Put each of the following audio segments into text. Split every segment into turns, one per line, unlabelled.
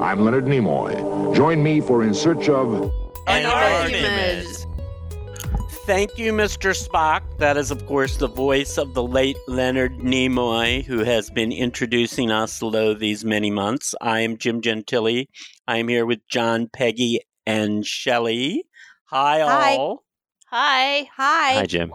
I'm Leonard Nimoy. Join me for In Search of.
An
argument. Thank you, Mr. Spock. That is, of course, the voice of the late Leonard Nimoy, who has been introducing us low these many months. I am Jim Gentili. I am here with John, Peggy, and Shelley. Hi,
Hi.
all.
Hi.
Hi,
Hi.
Jim.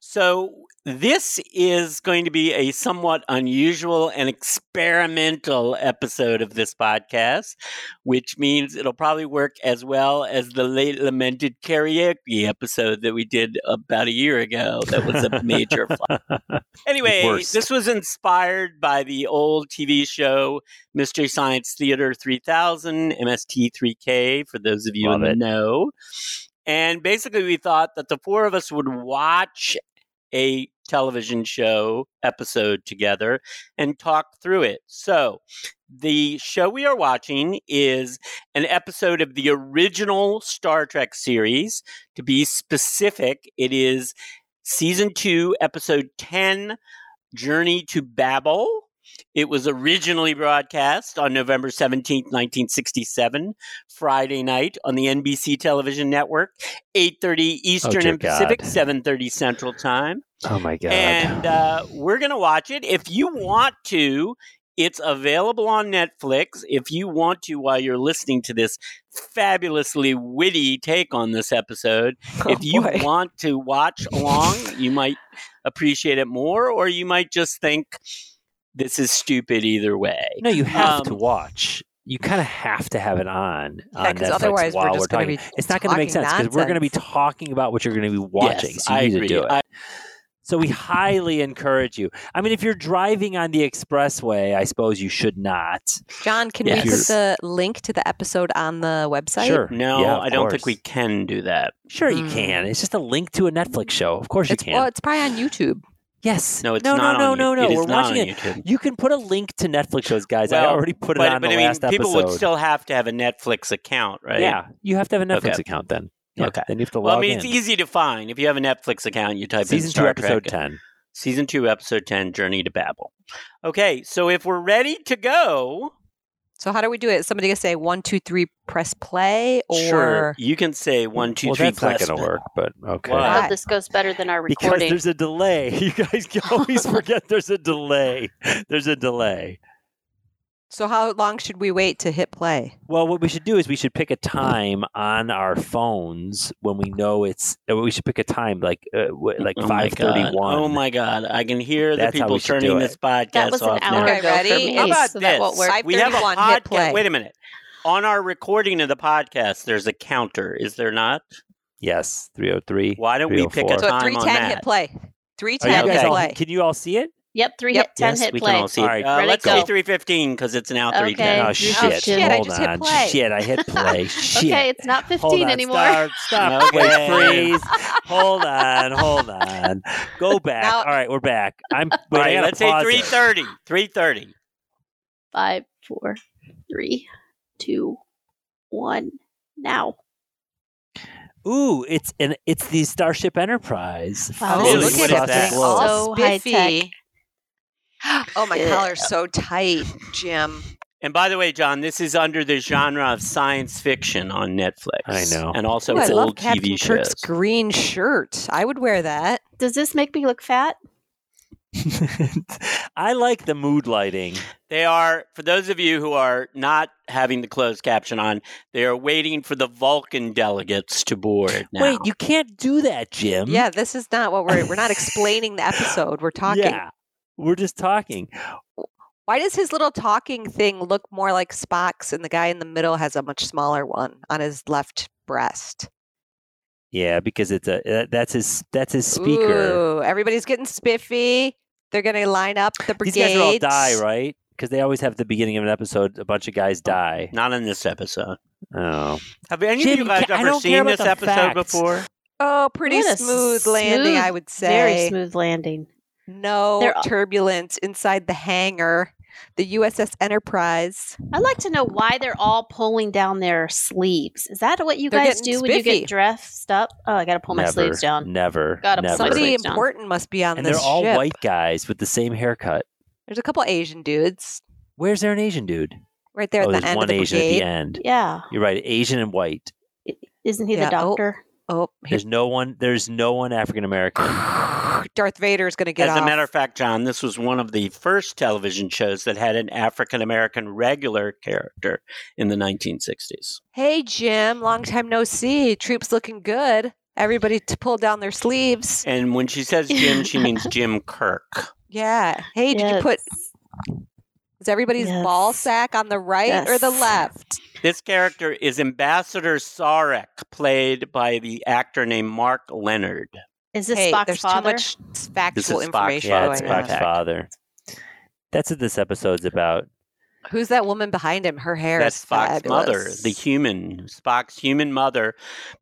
So, this is going to be a somewhat unusual and experimental episode of this podcast, which means it'll probably work as well as the late lamented karaoke episode that we did about a year ago. That was a major flop.
Oh
Anyway,
Worst.
this was inspired by the old TV show Mystery Science Theater 3000, MST3K, for those of you in
Love
the
it.
know. And basically, we thought that the four of us would watch a television show episode together and talk through it. So, the show we are watching is an episode of the original Star Trek series. To be specific, it is season two, episode 10, Journey to Babel. It was originally broadcast on November 17th, 1967, Friday night on the NBC television network, 8:30 Eastern
Oh, dear
and Pacific,
God.
7:30 Central Time.
Oh my god.
And uh, we're going to watch it. If you want to, it's available on Netflix. If you want to, while you're listening to this fabulously witty take on this episode,
Oh,
if you want to watch along, you might appreciate it more, or you might just think this is stupid either way.
no, you have
um,
to watch. You kind of have to have it on on
Yeah, 'cause
Netflix
otherwise we're
while
just
we're
gonna
talking.
be
it's not going to make
talking
sense because we're going to be
nonsense.
talking about what you're going to be watching.
Yes,
so you
I
need
agree.
to do it.
I-
so we highly encourage you. I mean, if you're driving on the expressway, I suppose you should not.
John, can
Yes.
we put the link to the episode on the website?
Sure.
no,
Yeah, of
I don't think
course.
we can do that.
Sure, you
Mm.
can. It's just a link to a Netflix show. Of course, you
It's
can.
well, it's probably on YouTube.
Yes.
No, it's
no,
not.
no,
on
no,
you-
no,
it
no.
is
We're
not
watching
on
it.
YouTube.
You can put a link to Netflix shows, guys. I
Well,
already put it
But,
on
but
the
I mean,
last episode.
people would still have to have a Netflix account, right?
Yeah, you have to have a Netflix
Okay.
account then. Yeah,
Okay.
Then you have to log
Well, I mean, it's
in.
easy to find. If you have a Netflix account, you type
Season
in
two,
Star Trek,
episode ten.
Season 2, Episode 10, Journey to Babel. Okay, so if we're ready to go,
So how do we do it? Is somebody gonna say one, two, three, press play, or
sure, you can say one, two,
well,
three.
that's not
plus-
going to work, but okay.
Why?
I
Hi.
hope this goes better than our
Because
recording.
there's a delay. You guys always forget there's a delay. There's a delay.
So how long should we wait to hit play?
Well, what we should do is we should pick a time on our phones when we know it's. uh, We should pick a time like uh, wh- like
Oh my
five
God.
thirty one.
Oh my God. I can hear the
That's how
people
we should do
turning
it.
this podcast
that was
off
an hour
now.
Okay,
ago
ready?
for me.
How about
so that won't
this?
work.
Five
We have a
thirty-one. Hit
podcast.
play.
Wait a minute. On our recording of the podcast, there's a counter, is there not?
Yes, three oh three.
Why don't we pick a
304.
So
time
at three
on
ten,
that?
hit play.
Are
Three
you
ten,
Okay.
guys
hit
all-
play.
Can you all see it?
Yep, three
Yep.
hit, ten
yes,
hit
we
play.
can all see.
All
it.
right,
Uh,
ready,
let's
go.
say 315 because it's now 310.
Okay.
Oh
Oh,
shit!
shit, I
Hold
just hit
on.
play.
Shit! I hit play. shit.
Okay, it's not
Hold
15
on,
anymore.
Stop, stop.
No
Wait,
way.
freeze. Hold on, hold on. Go back.
Now-
All right, we're back. I'm
All
wait, I
right,
gotta
let's say
pause it.
330. 330.
Five, four, three, two, one. Now.
Ooh, it's an it's the Starship Enterprise.
Wow,
this Really? is What is
us
that?
getting
So high
spiffy. Oh, my
Yeah.
collar's so tight, Jim.
And by the way, John, this is under the genre of science fiction on Netflix.
I know.
And also
Ooh, I
old
love Captain
TV
Kirk's
shows.
green shirt. I would wear that.
Does this make me look fat?
I like the mood lighting.
They are, for those of you who are not having the closed caption on, they are waiting for the Vulcan delegates to board now.
Wait, you can't do that,
Um?
Jim.
Yeah, this is not what we're we're not explaining the episode. We're talking.
Yeah. We're just talking.
Why does his little talking thing look more like Spock's and the guy in the middle has a much smaller one on his left breast?
Yeah, because it's a that- that's his that's his speaker.
Ooh, everybody's getting spiffy. They're going to line up the
These
brigades.
guys are all die, right? Because they always have the beginning of an episode. A bunch of guys die.
not in this episode.
Oh,
Have any
Jim,
of you
you
guys
can't- I
ever
don't care
seen
about
this
the
episode
facts.
before?
Oh, pretty
What a
smooth landing, I
smooth-
would
Very
say.
smooth landing.
No
They're all-
turbulence inside the hangar. The USS Enterprise.
I'd like to know why they're all pulling down their sleeves. Is that what you
They're
guys do
getting
when you
spiffy.
get dressed up? Oh, I got to pull my
never,
sleeves down.
Never,
Gotta pull my
never.
Somebody
sleeves down.
important must be on
and
this
they're all
ship.
white guys with the same haircut.
There's a couple Asian dudes.
Where's there an Asian dude?
right there
oh,
at the
there's
end
one
of the
Asian at
brigade.
the end.
Yeah.
You're right. Asian and white.
Isn't he
Yeah,
the
oh.
doctor?
Oh, he-
There's no one. There's no one African American.
Oh, Darth Vader's going to get
As
off.
a matter of fact, John, this was one of the first television shows that had an African American regular character in the 1960s.
hey, Jim, long time no see. Troops looking good. Everybody to pull down their sleeves.
And when she says Jim, she means Jim Kirk.
Yeah. Hey, did you put
Yes.
is everybody's ball
Yes.
sack on the right or the
Yes.
left?
This character is Ambassador Sarek, played by the actor named Mark Leonard.
Is this
hey,
Spock's
there's
father?
too much s- factual
Spock,
information
Yeah, it's
going
Spock's
on.
father. That's what this episode's about.
Who's that woman behind him? Her hair
That's
is
Spock's
fabulous.
mother, the human, Spock's human mother,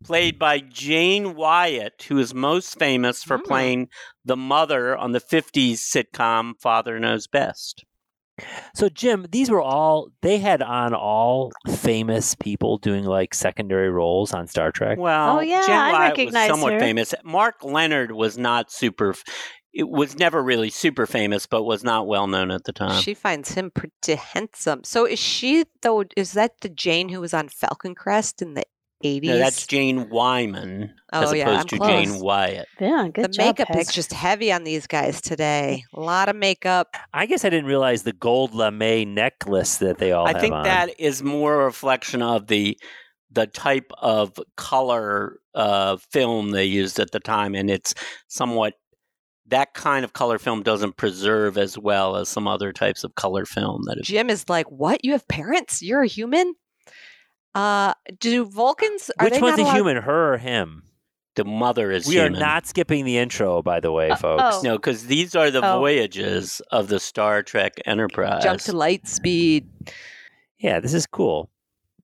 played by Jane Wyatt, who is most famous for
Hmm.
playing the mother on the 50s sitcom Father Knows Best.
So Jim, these were all they had on all famous people doing like secondary roles on Star Trek.
Well,
Oh,
yeah,
Jane
I
Wyatt was
recognize
somewhat
her.
famous. Mark Leonard was not super. f- It was never really super famous, but was not well known at the time.
She finds him pretty handsome. So is she though? Is that the Jane who was on Falcon Crest in the eighties?
No, that's Jane Wyman
oh
as opposed
yeah, I'm
to
close.
Jane Wyatt.
Yeah, good
the
job,
makeup
Pez.
is just heavy on these guys today. A lot of makeup.
I guess I didn't realize the gold lame necklace that they all
I
have
think
on.
that is more a reflection of the the type of color uh, film they used at the time, and it's somewhat that kind of color film doesn't preserve as well as some other types of color film that is.
Jim is like, "What? You have parents? You're a human? Uh, do Vulcans? Are
Which
they
one's
not
a
allowed-
human, her or him?
The mother is
we
human.
are not skipping the intro, by the way,
Uh,
folks.
oh.
No, because these are the
Oh.
voyages of the Star Trek Enterprise.
Jump to light speed.
Yeah, this is cool.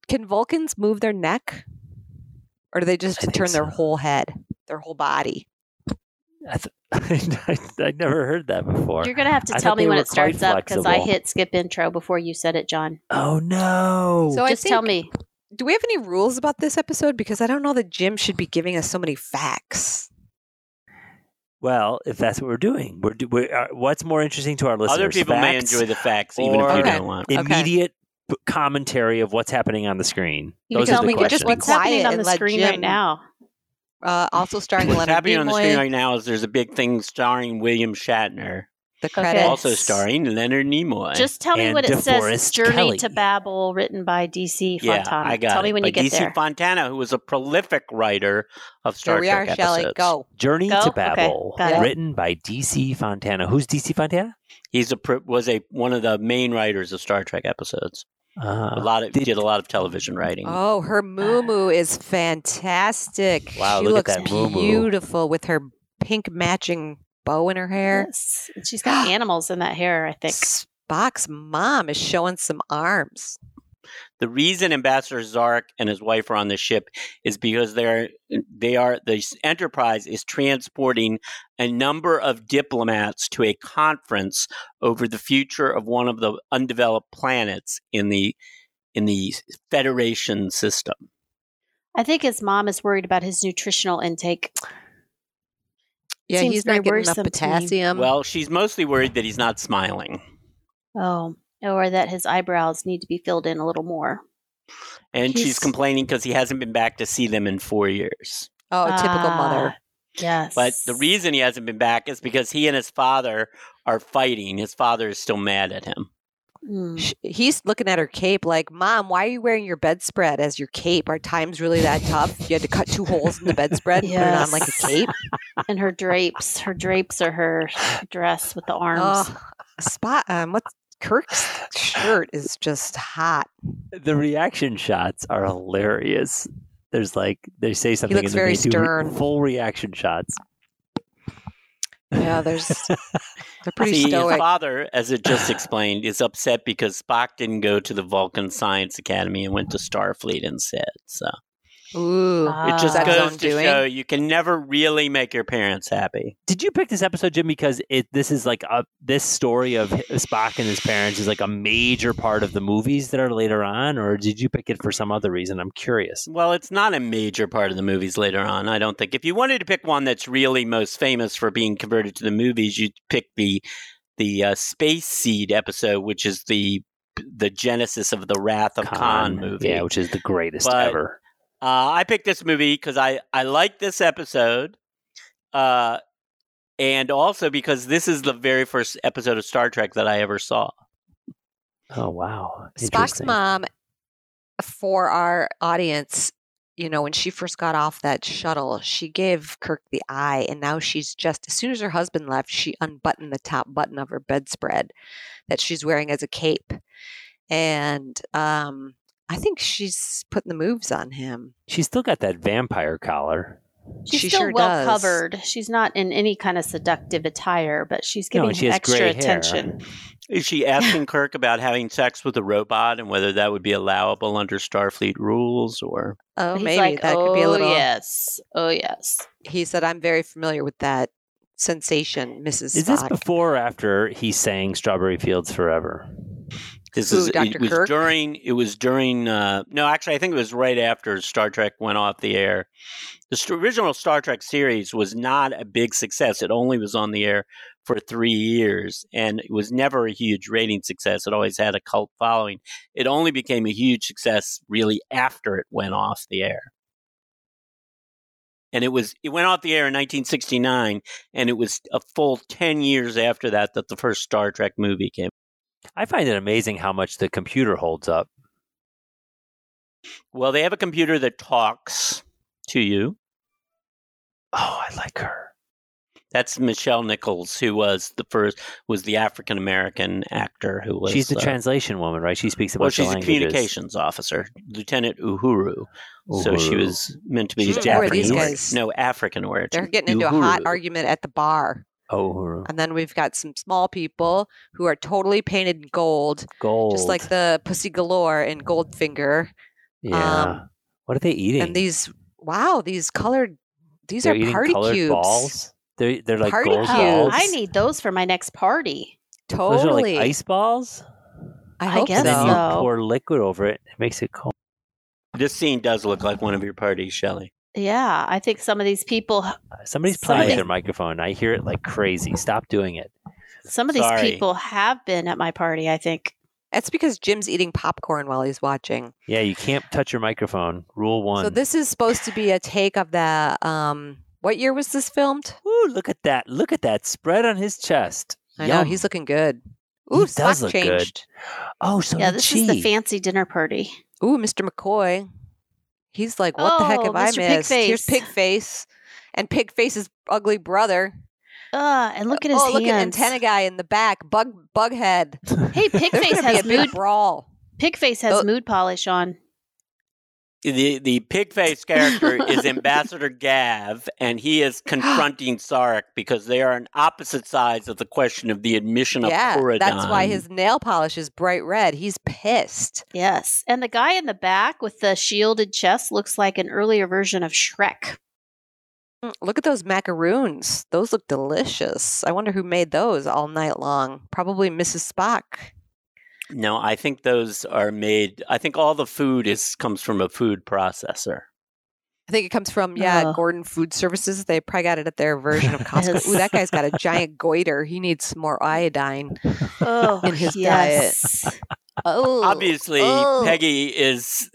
Can Vulcans move their neck, or do they just
I think
turn their
so.
whole head, their whole body?
I, I never heard that before.
You're gonna have to
I
tell
thought
me
they
when
were
it starts
quite
up because I
flexible.
hit skip intro before you said it, John.
Oh no!
So I
just tell
think-
me.
Do we have any rules about this episode? Because I don't know that Jim should be giving us so many facts.
well, if that's what we're doing, we're, do- we're uh, what's more interesting to our listeners?
Other people may
Facts,
enjoy the facts, even if
or-
you
Okay.
don't want.
Okay.
immediate p- commentary of what's happening on the screen.
You
Those
can
are
tell
the
me
could
questions.
just be
what's happening
quiet
on
and
the
let
screen right
Jim-
now.
Uh, also starring
What's
Leonard
happening on the screen
Nimoy,
right now is there's a big thing starring William Shatner,
the
Okay.
credits.
also starring Leonard Nimoy.
Just tell me
And
what it says.
DeForest
Journey
Kelley.
to Babel, written by DC
yeah,
Fontana.
I got
tell me
it.
when
By
you get
DC
there.
Fontana, who was a prolific writer of Star
Here we
Trek
are, Shelley.
episodes.
Go.
Journey
Go?
to
Okay,
Babel,
got
it.
written by DC Fontana. Who's DC Fontana?
He's a pro- was a one of the main writers of Star Trek episodes. a
Uh,
lot of
did-
did a lot of television writing.
Oh, her moo moo is fantastic.
Ah. Wow,
she
look at
looks
that moo moo.
beautiful with her pink matching bow in her hair.
Yes. And She's got animals in that hair, I think.
Spock's mom is showing some arms.
The reason Ambassador Zarek and his wife are on the ship is because they're they are the Enterprise is transporting a number of diplomats to a conference over the future of one of the undeveloped planets in the in the Federation system.
I think his mom is worried about his nutritional intake.
Yeah,
Seems
he's
very
not getting enough
worrisome to me.
potassium.
well, she's mostly worried that he's not smiling.
Oh, or that his eyebrows need to be filled in a little more.
And she's
he's-
complaining because he hasn't been back to see them in four years.
oh, typical
Ah,
mother.
Yes.
But the reason he hasn't been back is because he and his father are fighting. His father is still mad at him.
Mm.
Sh- He's looking at her cape like, Mom, why are you wearing your bedspread as your cape? Are times really that tough? You had to cut two holes in the bedspread and put it on like a
Yes.
cape?
and her drapes. Her drapes are her dress with the arms.
Oh, spot. Um, what's Kirk's shirt is just hot.
the reaction shots are hilarious. There's like they say something.
looks
and then
very
they do re-
stern.
full reaction shots.
Yeah, there's they're pretty
See, his
stoic.
father, as it just explained, is upset because Spock didn't go to the Vulcan Science Academy and went to Starfleet instead. So
Ooh,
Ah.
it just
that his
goes
own
to
doing?
show you can never really make your parents happy.
Did you pick this episode, Jim? Because it this is like a this story of hi- Spock and his parents is like a major part of the movies that are later on, or did you pick it for some other reason? I'm curious.
Well, it's not a major part of the movies later on, I don't think. If you wanted to pick one that's really most famous for being converted to the movies, you'd pick the the uh, Space Seed episode, which is the the genesis of the Wrath of Khan, movie.
Yeah, which is the greatest
But-
ever.
Uh, I picked this movie because I I like this episode, uh, and also because this is the very first episode of Star Trek that I ever saw.
Oh wow.
Spock's
Interesting.
mom, for our audience, you know, when she first got off that shuttle, she gave Kirk the eye, and now she's just as soon as her husband left, she unbuttoned the top button of her bedspread that she's wearing as a cape, and um, I think she's putting the moves on him.
She's still got that vampire collar.
She's
She
still
sure
well
does.
covered. She's not in any kind of seductive attire, but she's
No,
giving
and she
him
has
extra
gray hair.
attention.
Is she asking Kirk about having sex with a robot and whether that would be allowable under Starfleet rules? Or
Oh,
He's
maybe
like,
that
oh
could be a little.
yes, oh yes.
He said, "I'm very familiar with that sensation, Mrs.
Is this
Spock."
before or after he sang Strawberry Fields Forever?
this
Who,
is
Dr.
it was
Kirk?
during it was during uh, no actually I think it was right after Star Trek went off the air. The st- original Star Trek series was not a big success. It only was on the air for three years and it was never a huge rating success. It always had a cult following. It only became a huge success really after it went off the air. And it was it went off the air in 1969, and it was a full 10 years after that that the first Star Trek movie came.
I find it amazing how much the computer holds up.
Well, they have a computer that talks to you.
Oh, I like her.
That's Michelle Nichols, who was the first, was the African American actor who was.
she's the
uh,
translation woman, right? She speaks a
Well,
bunch of
she's a
languages.
communications officer, Lieutenant Uhuru. So she
Uhuru.
was meant to be
She's
Japanese.
like, "Who are these
origin-
guys?"
No, African origin.
They're getting into a hot
Uhuru.
argument at the bar.
Oh, Uhuru.
And then we've got some small people who are totally painted in gold,
gold.
just like the Pussy Galore in Goldfinger.
yeah.
um,
what are they eating?
And these, wow, these colored, these
They're
are
eating
party
colored
cubes.
balls. They're they're like
Party
gold
cubes.
Oh,
balls.
I need those for my next party.
Those are
Totally.
like ice balls.
I
I hope
guess
and then
so.
you
so.
pour liquid over it. It makes it cold.
This scene does look like one of your parties, Shelley.
Yeah, I think some of these people,
Uh, Somebody's playing with
Somebody-
their microphone. I hear it like crazy. Stop doing it.
some of these
Sorry.
people have been at my party. I think.
That's because Jim's eating popcorn while he's watching.
Yeah, you can't touch your microphone. Rule one.
So this is supposed to be a take of the, um, what year was this filmed?
Ooh, look at that! Look at that spread on his chest.
I know
Yum.
he's looking good.
He
Ooh,
does
Spock
look good.
changed.
Oh, so
yeah,
did
this
she.
is the fancy dinner party.
Ooh, Mr. McCoy. He's like, what the heck
Oh,
have I
Mr.
missed? Here's
Pigface.
Pigface and Pigface's ugly brother.
Uh, and look at his
oh, look at
hands.
antenna guy in the back, bug bughead.
Hey,
There's
Pigface
gonna be a Oh.
has
big
mood.
brawl.
Pigface has
Tho-
mood polish on.
The the pig face character is Ambassador Gav, and he is confronting Sarek because they are on opposite sides of the question of the admission of
Yeah,
Koradon.
that's why his nail polish is bright red. He's pissed.
Yes, and the guy in the back with the shielded chest looks like an earlier version of Shrek.
Mm, Look at those macaroons. Those look delicious. I wonder who made those all night long. Probably Mrs. Spock.
No, I think those are made. I think all the food is comes from a food processor.
I think it comes from, yeah,
Oh.
Gordon Food Services. They probably got it at their version of Costco. Ooh, that guy's got a giant goiter. He needs some more iodine.
Oh,
In his
yes.
Oh,
Obviously,
oh.
Peggy is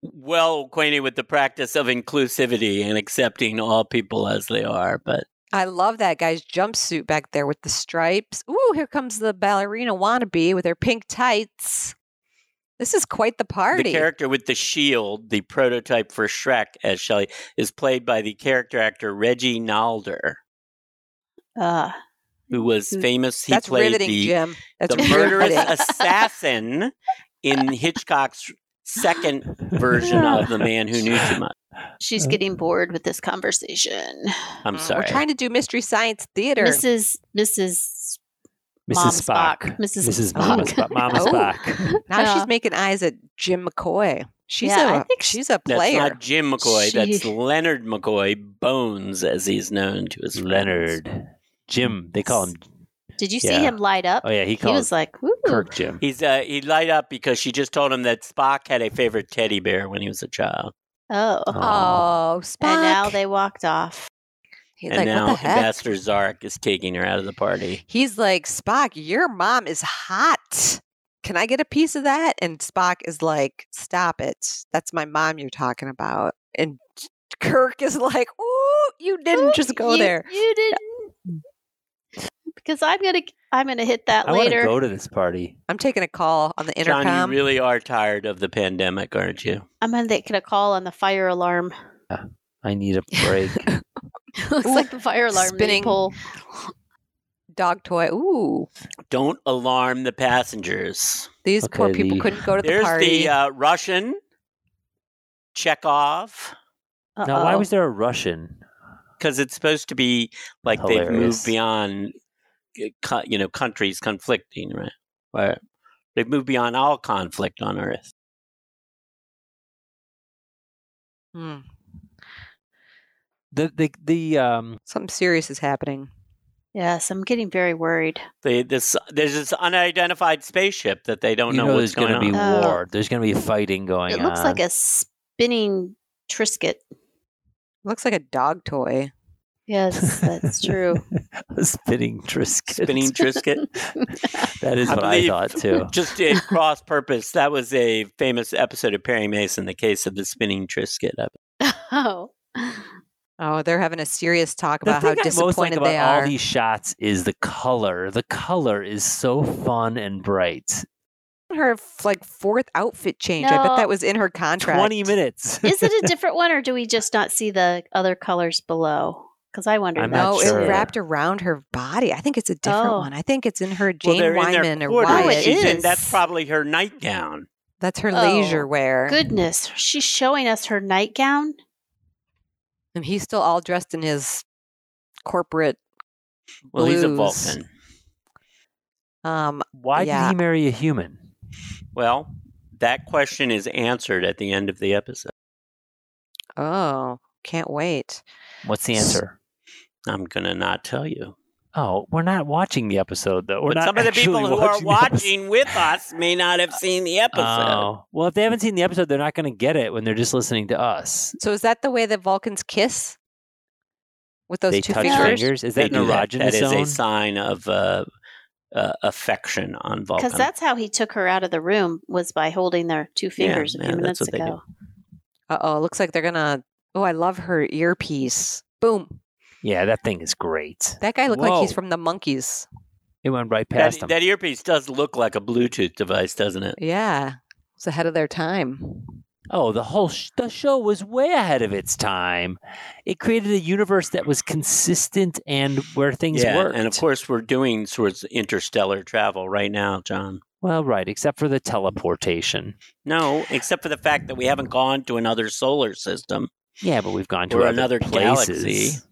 well acquainted with the practice of inclusivity and accepting all people as they are. But
I love that guy's jumpsuit back there with the stripes. Ooh, here comes the ballerina wannabe with her pink tights. This is quite the party.
the character with the shield, the prototype for Shrek, as Shelley, is played by the character actor Reggie Nalder,
Uh,
who was
Who-
famous. He
Hmm. That's
played
riveting,
the,
Jim. That's
the murderous
riveting.
assassin in Hitchcock's second version of The Man Who Knew Too Much.
she's
Uh,
getting bored with this conversation.
I'm
Mm,
sorry.
We're trying to do mystery science theater.
Mrs. Mrs.
Mrs.
Mom
Spock.
Spock. Mrs.
Mrs. Mama
Spock.
Spock. Mama
Oh.
Spock.
now
Yeah.
she's making eyes at Jim McCoy. She's
Yeah, I
a
think
she's a
That's
player.
not Jim McCoy. That's
She-
Leonard McCoy Bones, as he's known to as
Leonard. Jim. They call him.
Did you
Yeah.
see him light up?
Oh yeah, he
he
calls
was like, Ooh.
Kirk Jim.
He's uh, he light up because she just told him that Spock had a favorite teddy bear when he was a child,
oh.
Uh-huh.
oh, Spock.
And now they walked off.
He's
and
like,
now
what the heck?
Ambassador Zark is taking her out of the party.
He's like, Spock, your mom is hot. Can I get a piece of that? And Spock is like, Stop it. That's my mom you're talking about. And Kirk is like, Ooh, you didn't just go
You-
there.
You didn't. Because I'm gonna I'm gonna hit that
I want to
later.
go to this party.
I'm taking a call on the intercom.
John, you really are tired of the pandemic, aren't you?
I'm gonna take a call on the fire alarm.
I need a break.
Looks
Ooh,
like the fire alarm spinning.
spinning.
pole.
Dog toy. Ooh,
Don't alarm the passengers.
these poor
Okay,
people
the-
couldn't go to the
There's
party.
the uh, Russian Chekhov
now, why was there a Russian?
because it's supposed to be like they've
Hilarious.
moved beyond uh, co- you know countries conflicting, right? Right. They've moved beyond all conflict on Earth.
Hmm,
The the the um
something serious is happening.
Yes, I'm getting very worried.
They, this there's this unidentified spaceship that they don't
you
know,
know,
what's
there's
going
gonna
on.
be
on. Oh.
war. There's gonna be fighting
Oh
going
it
on.
looks like a spinning Trisket.
Looks like a dog toy.
Yes, that's true.
a spinning Trisket.
spinning Trisket.
that is
I
what I
believe-
thought too.
Just in cross purpose, that was a famous episode of Perry Mason, the case of the spinning Trisket.
oh.
Oh, they're having a serious talk
The
about how
thing I most like
disappointed
about
they
all
are.
these shots is the color. The color is so fun and bright.
Her f- like fourth outfit change. I bet
No.
that was in her contract.
Twenty minutes.
Is it a different one, or do we just not see the other colors below? Because I wonder.
I'm
that
No,
not sure.
it wrapped around her body. I think it's a different
Oh.
one. I think it's in her
Well,
Jane
they're in their
Wyman or
quarters.
Oh, it
Wyatt.
She's in-
is.
That's probably her nightgown.
That's her
Oh,
leisure wear.
Goodness, she's showing us her nightgown.
And he's still all dressed in his corporate.
Well, he's a
Blues.
Vulcan.
Um,
Why
Yeah.
did he marry a human?
Well, that question is answered at the end of the episode.
oh, can't wait.
What's the answer?
I'm gonna not tell you.
Oh, we're not watching the episode though. We're
but
not
some of the people
actually
who are
watching the episode.
watching with us may not have seen the episode.
Oh. Well, if they haven't seen the episode, they're not going to get it when they're just listening to us.
So is that the way that Vulcans kiss? With those
they
two
touch
fingers?
fingers. Is
They
that
do
an
that.
erogenous
That is a
zone?
sign of uh, uh, affection on Vulcan.
Because that's how he took her out of the room was by holding their two fingers a
yeah,
few
that's
minutes
what they do.
ago.
Uh oh, looks like they're gonna. Oh, I love her earpiece. Boom.
Yeah, that thing is great.
That guy looked like he's
Whoa.
from the monkeys.
It went right past
that,
them.
that earpiece does look like a Bluetooth device, doesn't it?
Yeah, it's ahead of their time.
Oh, the whole sh- the show was way ahead of its time. It created a universe that was consistent and where things
yeah,
worked.
and of course we're doing sorts of interstellar travel right now, John.
well, right, except for the teleportation.
No, except for the fact that we haven't gone to another solar system.
Yeah, but we've gone to
Or
other
another
places.
galaxy.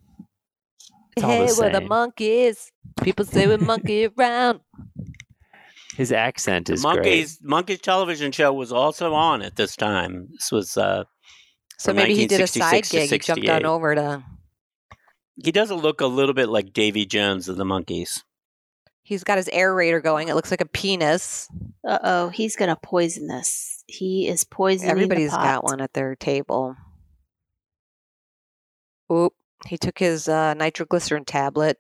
It's all the
hey, we're the
same.
monkeys. People say we monkey around.
His accent is
Monkeys Monkeys television show was also on at this time. This was uh
So
From
maybe he did a side
1966 to
gig. He jumped on
68.
over to.
he doesn't look a little bit like Davy Jones of the Monkeys.
He's got his aerator going. It looks like a penis.
Uh oh, he's gonna poison this. He is poisoning.
Everybody's
Everybody's
got one at their table. Oop! He took his uh, nitroglycerin tablet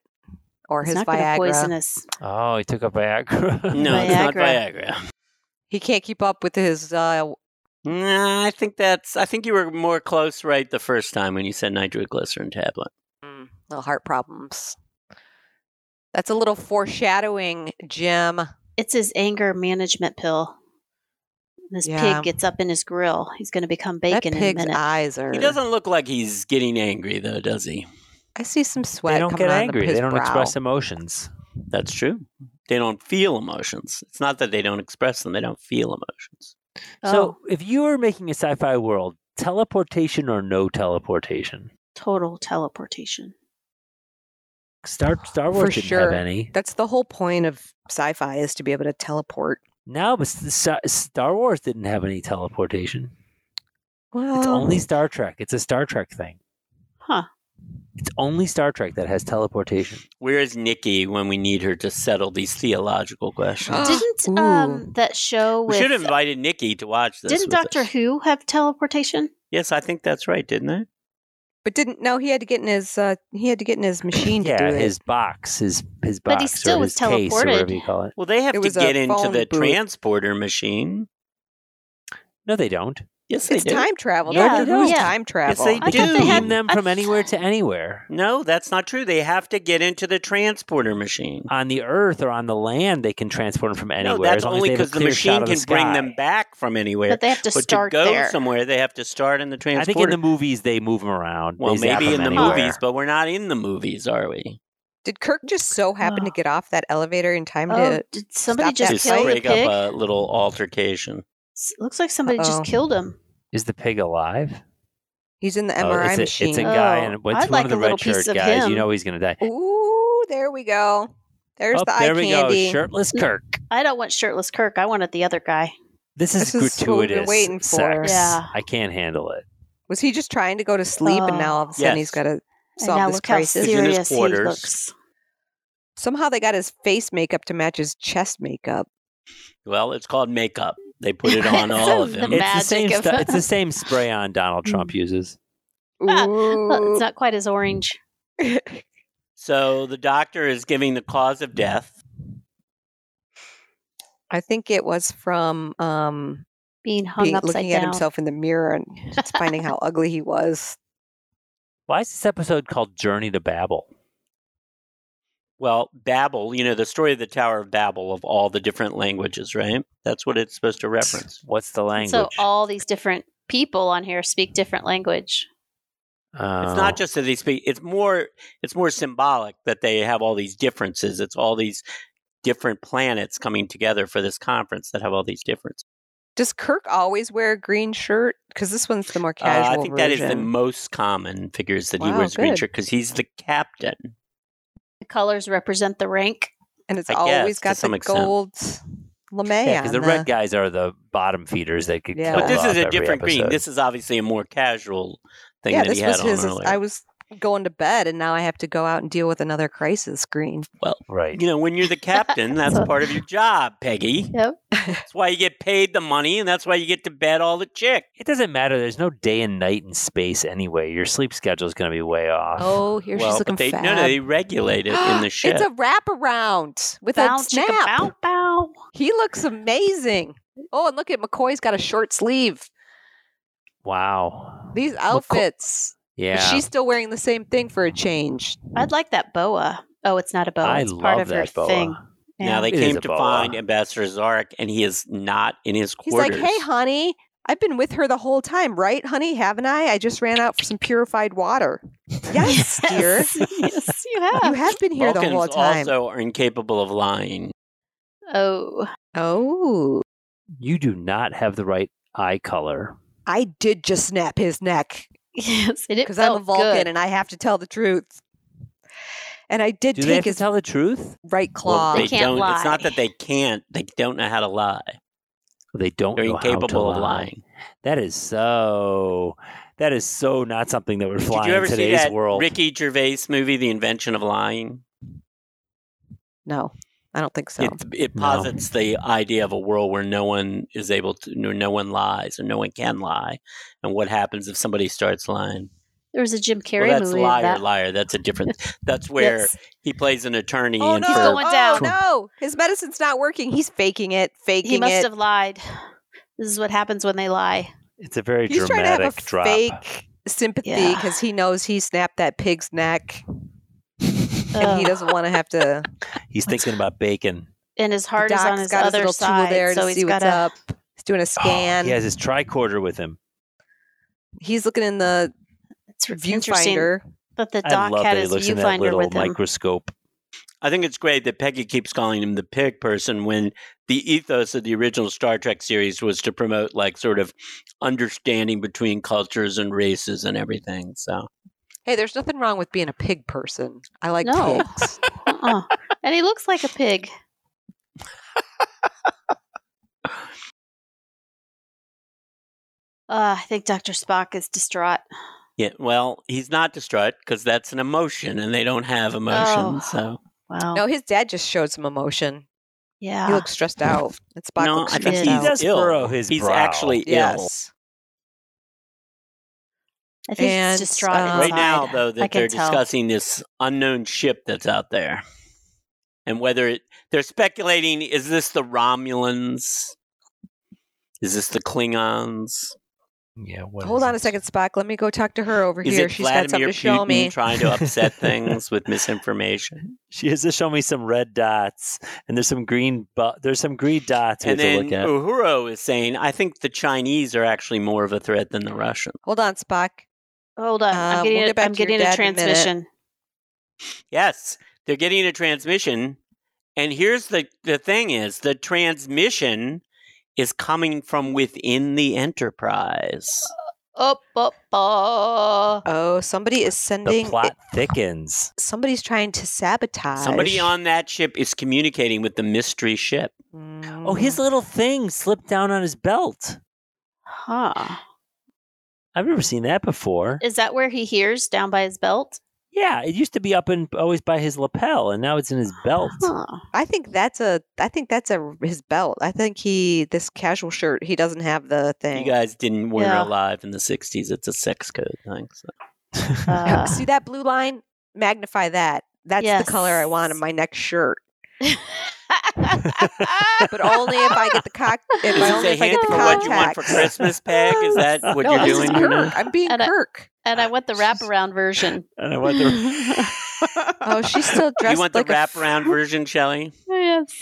or
It's
his
not gonna poison
Viagra.
us.
great. Oh, he took a Viagra.
No, it's not
Viagra.
Viagra.
He can't keep up with his uh,
Nah, I think that's I think you were more close right the first time when you said nitroglycerin tablet.
Mm, little heart problems. That's a little foreshadowing, Jim.
It's his anger management pill. This
Yeah.
pig gets up in his grill. He's gonna become
That
bacon in a
pig's
minute.
eyes are.
He doesn't look like he's getting angry though, does he?
I see some sweat.
they don't
coming
get
out of
angry.
His
They don't
brow.
express emotions.
That's true. They don't feel emotions. It's not that they don't express them, they don't feel emotions.
So,
oh,
if you were making a sci-fi world, teleportation or no teleportation,
total teleportation.
Star Star
For
Wars didn't
sure.
have any.
That's the whole point of sci-fi is to be able to teleport.
No, but S- Star- Star Wars didn't have any teleportation.
Well,
It's only Star Trek. It's a Star Trek thing.
Oh. Huh.
It's only Star Trek that has teleportation.
Where is Nikki when we need her to settle these theological
Oh.
questions?
Didn't
Ooh.
um that show
we should have
with
invited Nikki to watch this.
didn't
with
Doctor
us.
Who have teleportation?
Yes, I think that's right, didn't it?
but didn't know he had to get in his uh, he had to get in his machine to
yeah,
do
his box, his his box,
But he still
or
was
his case, or whatever
teleported.
you call it.
Well, they have
It
to
was a
get into
phone
the
booth.
transporter machine.
No, they don't.
Yes,
it.
they
It's
do.
time travel.
Yeah,
Doctor
they
Who's
do. Yeah.
time travel.
they
I
You
thought
can
they had-
beam them from anywhere to anywhere.
No, that's not true. They have to get into the transporter machine.
On the Earth or on the land, they can transport them from anywhere.
no, that's
as long as
only
they have a
because the
clear shot
machine
of
can
the
bring
sky.
them back from anywhere.
But they have to
but to
start
go
there.
somewhere, they have to start in the
I
transporter.
think in the movies they move them around.
well,
They zap
maybe in
them
the
anywhere.
movies, but we're not in the movies, are we?
Did Kirk just so happen to get off that elevator in time
Oh,
to?
did somebody
stop
just
that
kill
fight.
the
break
pig?
up a little altercation.
S- Looks like somebody
Uh-oh.
just killed him.
Is the pig alive?
He's in the
Oh,
MRI
it's a,
machine.
It's a
Oh,
guy, and what's
I'd
one
like
of
a
the
little
red shirt
piece of
guys? You
him.
know he's gonna die.
Oh.
Ooh, there we go. There's
Oh,
the
there
eye
we
candy.
go, shirtless
Mm.
Kirk.
I don't want shirtless Kirk. I wanted the other guy.
This is
This is what we've been
gratuitous
waiting for.
sex.
Yeah.
I can't handle it.
Was he just trying to go to sleep, and now all of a sudden
Yes.
he's got to
And
solve
now
this
look how
crisis?
He's in his
serious he
quarters.
looks.
Somehow they got his face makeup to match his chest makeup.
Well, it's called makeup. They put it on all of
The
them.
ma-
It's the
magic
same.
of- Hmm.
stu- it's the same spray on Donald Trump uses.
Ah, Well,
Ooh.
it's not quite as orange.
so the doctor is giving the cause of death.
I think it was from um,
Being hung
being,
upside
looking
down.
at himself in the mirror and just finding how ugly he was.
Why is this episode called Journey to Babel?
Well, Babel, you know, the story of the Tower of Babel of all the different languages, right? That's what it's supposed to reference.
What's the language?
So all these different people on here speak different language.
It's
Oh.
not just that they speak. It's more. It's more symbolic that they have all these differences. It's all these different planets coming together for this conference that have all these differences.
Does Kirk always wear a green shirt? Because this one's the more
Uh,
casual
I think that is the
version.
most common figures that he
Wow,
wears green
good.
shirt because he's the captain.
The colors represent the rank.
and it's
I guess,
always
to
got
some
the
extent.
gold lame
Yeah, because
on
the red guys are the bottom feeders that could
uh, Yeah.
kill
But this
off
is a
every
different green.
episode.
This is obviously a more casual thing
Yeah,
that
this
he had
was
on
his.
earlier.
I was going to bed, and now I have to go out and deal with another crisis. Green.
right.
you know, when you're the captain, that's
So-
part of your job, Peggy.
Yep.
That's why you get paid the money, and that's why you get to bet all the chick.
It doesn't matter. There's no day and night in space anyway. Your sleep schedule is going to be way off.
Oh, here
well,
she's looking
but they,
fab.
no, no, they regulate it in the ship.
It's a wraparound with
Bow,
a
chicka,
snap.
bow, bow.
He looks amazing. Oh, and look at McCoy's got a short sleeve.
Wow.
These outfits.
yeah.
But She's still wearing the same thing for a change.
I'd like that boa. Oh, it's not a boa.
I
it's part
love
of her
that boa.
thing.
Now they
It is
came
a
to
boa.
find Ambassador Zark, and he is not in his
He's
quarters.
like, "Hey, honey, I've been with her the whole time, right, honey? Haven't I? I just ran out for some purified water. Yes, dear.
yes, yes, you
You
have.
have been here
Vulcans
the whole time.
also are incapable of lying.
Oh,
oh,
You do not have the right eye color.
I did just snap his neck
yes. And it
because I'm a
felt
Vulcan
good.
and I have to tell the truth. And I did
Do they
take
have to
his
tell the truth?
right
Well,
claw.
they
They can't
don't. It's not
lie.
that they can't. They don't know how to lie.
They don't.
They're
know how to
incapable of
lie.
lying.
That is so. That is so not something that would fly
Did you ever
in
see
today's
that
world.
Ricky Gervais movie, The Invention of Lying?
no, I don't think so.
It, it
No.
posits the idea of a world where no one is able to, no, no one lies, or no one can lie, and what happens if somebody starts lying?
There was a Jim
Well,
Carrey
that's
movie. of
liar,
that.
liar. That's a different. That's where
Yes.
he plays an attorney.
Oh
and
no!
He's
for-
going
oh
down.
no! His medicine's not working. He's faking it. Faking
he must
it.
have lied. This is what happens when they lie.
It's a very
He's trying to
dramatic
have a
drop.
fake sympathy
Yeah.
because he knows he snapped that pig's neck, and he
Ugh.
doesn't want to have to.
He's thinking about bacon.
and his heart is
Doc's
on his
got
other
his little
side,
tool there
so
to
he's
see
got
what's
a
up. He's doing a scan.
he has his tricorder with him.
He's looking in the
it's interesting
viewfinder.
that the
I
doc
love
had
that he
his
looks in that
viewfinder
little
with him.
microscope.
I think it's great that Peggy keeps calling him the pig person when the ethos of the original Star Trek series was to promote like sort of understanding between cultures and races and everything. So
Hey, there's nothing wrong with being a pig person. I like
No.
pigs.
Uh-uh. and he looks like a pig. Uh, I think Dr. Spock is distraught.
yeah, well, he's not distraught because that's an emotion, and they don't have emotion.
Oh.
So
Wow.
no, Ah. his dad just showed some emotion.
yeah.
He looks stressed out. And Spock
no,
looks
I think
stressed
he's
out.
does
ill.
furrow his
he's
brow.
actually ill.
Yes.
I think
And,
it's distraught
um,
inside.
right now, though,
Oh, I
that
can
they're
tell.
discussing this unknown ship that's out there, and whether it, they're speculating: is this the Romulans? Is this the Klingons?
Yeah. What
Hold
is
on
it?
a second, Spock. Let me go talk to her over
Is
here.
it
She's got
Vladimir
something to show
Putin
me.
trying to upset things with misinformation?
She has to show me some red dots, and there's some green. Bu- there's some green dots we
and
have to
then
look at.
Uhuro is saying, "I think the Chinese are actually more of a threat than the Russians."
Hold on, Spock.
Hold on,
Um,
I'm
we'll
getting,
get
a,
back
I'm
to your
getting a
dad in a minute.
transmission.
Yes, they're getting a transmission. And here's the, the thing is the transmission is coming from within the enterprise.
Up, up, up.
Oh, somebody is
The
sending.
plot thickens.
Somebody's trying to sabotage.
Somebody on that ship is communicating with the mystery ship.
Mm.
Oh,
Mm.
his little thing slipped down on his belt.
Huh.
I've never seen that before.
Is that where he hears down by his belt?
yeah, it used to be up in always by his lapel, and now it's in his belt.
Huh.
I think that's a. I think that's a his belt. I think he this casual shirt. He doesn't have the
You
thing.
guys didn't weren't
Yeah.
alive in the '60s. It's a sex code thing. so.
Yeah,
Uh,
See that blue line? Magnify that. That's the color I want on
Yes.
my next shirt. But only if I get the cock. If
Is
I
this
only
a
if I
hint
get the
for
contacts.
what you want for Christmas, Peg? Is that what
no,
you're
this is
doing?
Kirk.
right now?
I'm being
And I-
Kirk.
and I want the wraparound version.
and I want the.
oh, she's still dressed
You want
like
the
a
wraparound version, Shelley?
Yes.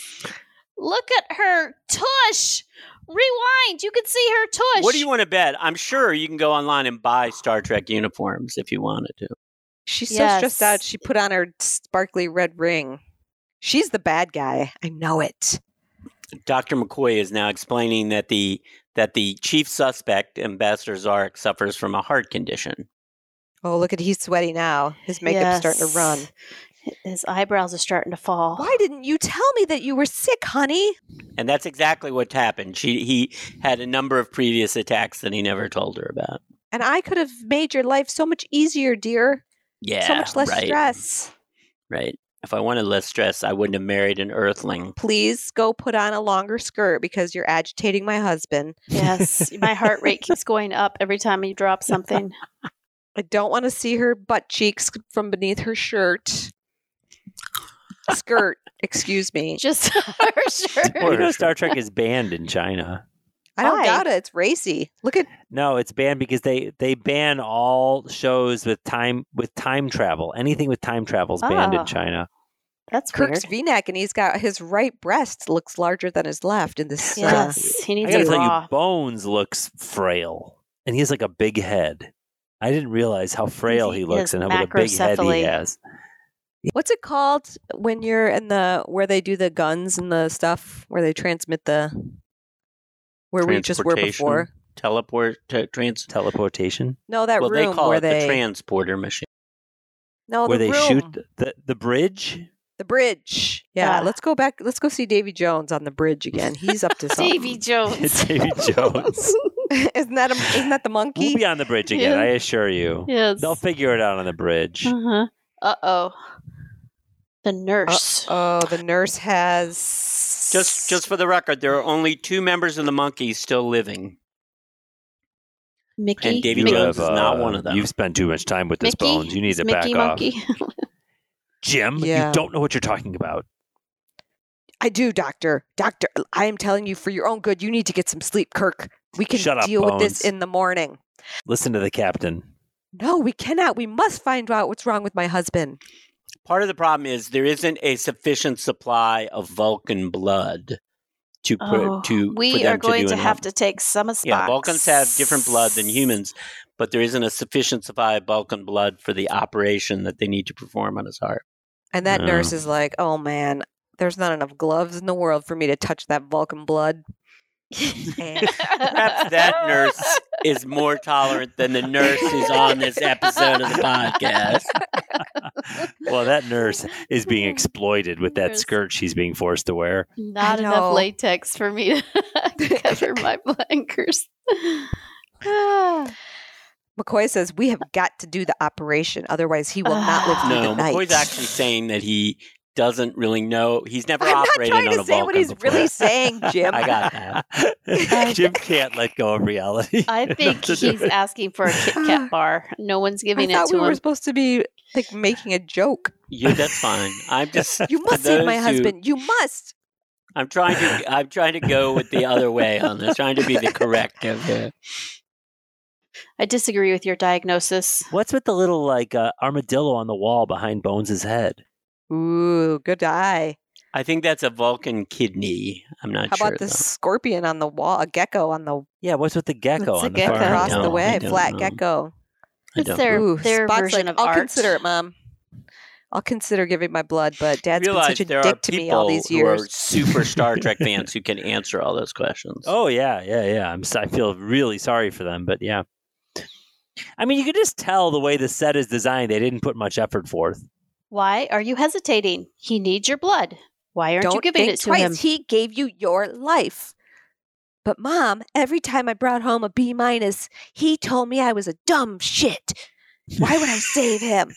Look at her tush. Rewind. You can see her tush.
What do you want to bet? I'm sure you can go online and buy Star Trek uniforms if you wanted to.
She's so stressed out.
Yes.
She put on her sparkly red ring. She's the bad guy. I know it.
Dr. McCoy is now explaining that the that the chief suspect, Ambassador Zarek, suffers from a heart condition.
Oh, look at he's sweaty now. His makeup's starting to run.
Yes. His eyebrows are starting to fall.
Why didn't you tell me that you were sick, honey?
And that's exactly what happened. She he had a number of previous attacks that he never told her about.
And I could have made your life so much easier, dear.
Yeah.
so much less
right,
stress.
Right. If I wanted less stress, I wouldn't have married an earthling.
Please go put on a longer skirt because you're agitating my husband.
Yes. My heart rate keeps going up every time you drop something.
I don't want to see her butt cheeks from beneath her shirt. Skirt, excuse me.
Just her
you
shirt.
know, Star Trek is banned in China.
I don't
Why?
doubt it. It's racy. Look at
No, it's banned because they they ban all shows with time with time travel. Anything with time travel is banned
Oh.
in China.
That's
Kirk's
Kirk's
V neck, and he's got his right breast looks larger than his left in this. Uh,
Yes. He
I
needs
gotta
a
tell
bra.
you, Bones looks frail, and he has like a big head. I didn't realize how frail he
He
looks
has
and how what a big head he
macrocephaly.
has.
what's it called when you're in the where they do the guns and the stuff where they transmit the where we just were
Transportation.
before?
Teleport t- trans.
Teleportation,
No, that
Well, they
room
call
where
it
they
the transporter machine.
Oh,
no
where they
the room,
shoot the the bridge.
the bridge. Yeah,
Ah.
let's go back. Let's go see Davy Jones on the bridge again. He's up to something.
Davy Jones.
Davy Jones.
isn't that a, isn't that the
We'll
monkey?
be on the bridge again.
Yeah.
I assure you,
yes.
they'll figure it out on the bridge.
uh-huh. Uh-oh. The nurse.
Oh, the nurse has
Just just for the record, there are only two members of the monkeys still living.
Mickey.
and Davy
Mickey.
Jones is not one of them.
uh, You've spent too much time with this
Mickey.
bones. You need
It's
to
Mickey
back off,
Monkey.
Jim.
Yeah.
You don't know what you're talking about.
I do, Doctor. Doctor, I am telling you for your own good, you need to get some sleep, Kirk. We can
Shut up,
deal with this
Bones.
in the morning.
Listen to the captain.
No, we cannot. We must find out what's wrong with my husband.
Part of the problem is there isn't a sufficient supply of Vulcan blood to put
Oh,
to for
we
them
are going
do
to,
an
have
op-
to take some of Spock's.
Yeah, Vulcans have different blood than humans, but there isn't a sufficient supply of Vulcan blood for the operation that they need to perform on his heart.
And that
Yeah.
nurse is like, oh man, there's not enough gloves in the world for me to touch that Vulcan blood. And
Perhaps that nurse is more tolerant than the nurse who's on this episode of the podcast.
well, that nurse is being exploited with that
Nurse.
skirt she's being forced to wear.
Not
I
enough
know.
latex for me to cover my blankers. Ah.
McCoy says, we have got to do the operation. Otherwise, he will not live through
No,
the night.
McCoy's actually saying that he doesn't really know. He's never
I'm not
operated
trying
on
to
a
say
Vulcan
what he's
before.
really saying, Jim.
I got that.
Jim can't let go of reality.
I think
To do
he's
it.
asking for a Kit Kat bar. No one's
I
giving it
thought
to
we were
him.
supposed to be like making a joke.
Yeah, that's fine. I'm just.
You
for
must save my
those who-
husband. You must.
I'm trying to. I'm trying to go with the other way on this. Trying to be the corrective here.
I disagree with your diagnosis.
What's with the little like uh, armadillo on the wall behind Bones' head?
Ooh, good eye.
I think that's a Vulcan kidney. I'm not
How
sure.
about this
though.
scorpion on the wall? A gecko on the
Yeah, what's with the gecko
It's a
on the
gecko.
far
across
don't-
the
I
way,
don't
flat
know.
gecko.
I
It's
don't
their,
Ooh,
their
Spot's
version
like,
of
I'll
art.
consider it, mom. I'll consider giving my blood, but Dad's been
Realize
such a
there are
dick to
people
me all these
who are
years.
super Star Trek fans who can answer all those questions.
Oh yeah, yeah, yeah. I'm. s- I feel really sorry for them, but yeah. I mean, you could just tell the way the set is designed; they didn't put much effort forth.
Why are you hesitating? He needs your blood. Why aren't
Don't
you giving
think
it to
twice.
him?
He gave you your life. But mom, every time I brought home a B minus, he told me I was a dumb shit. Why would I save him?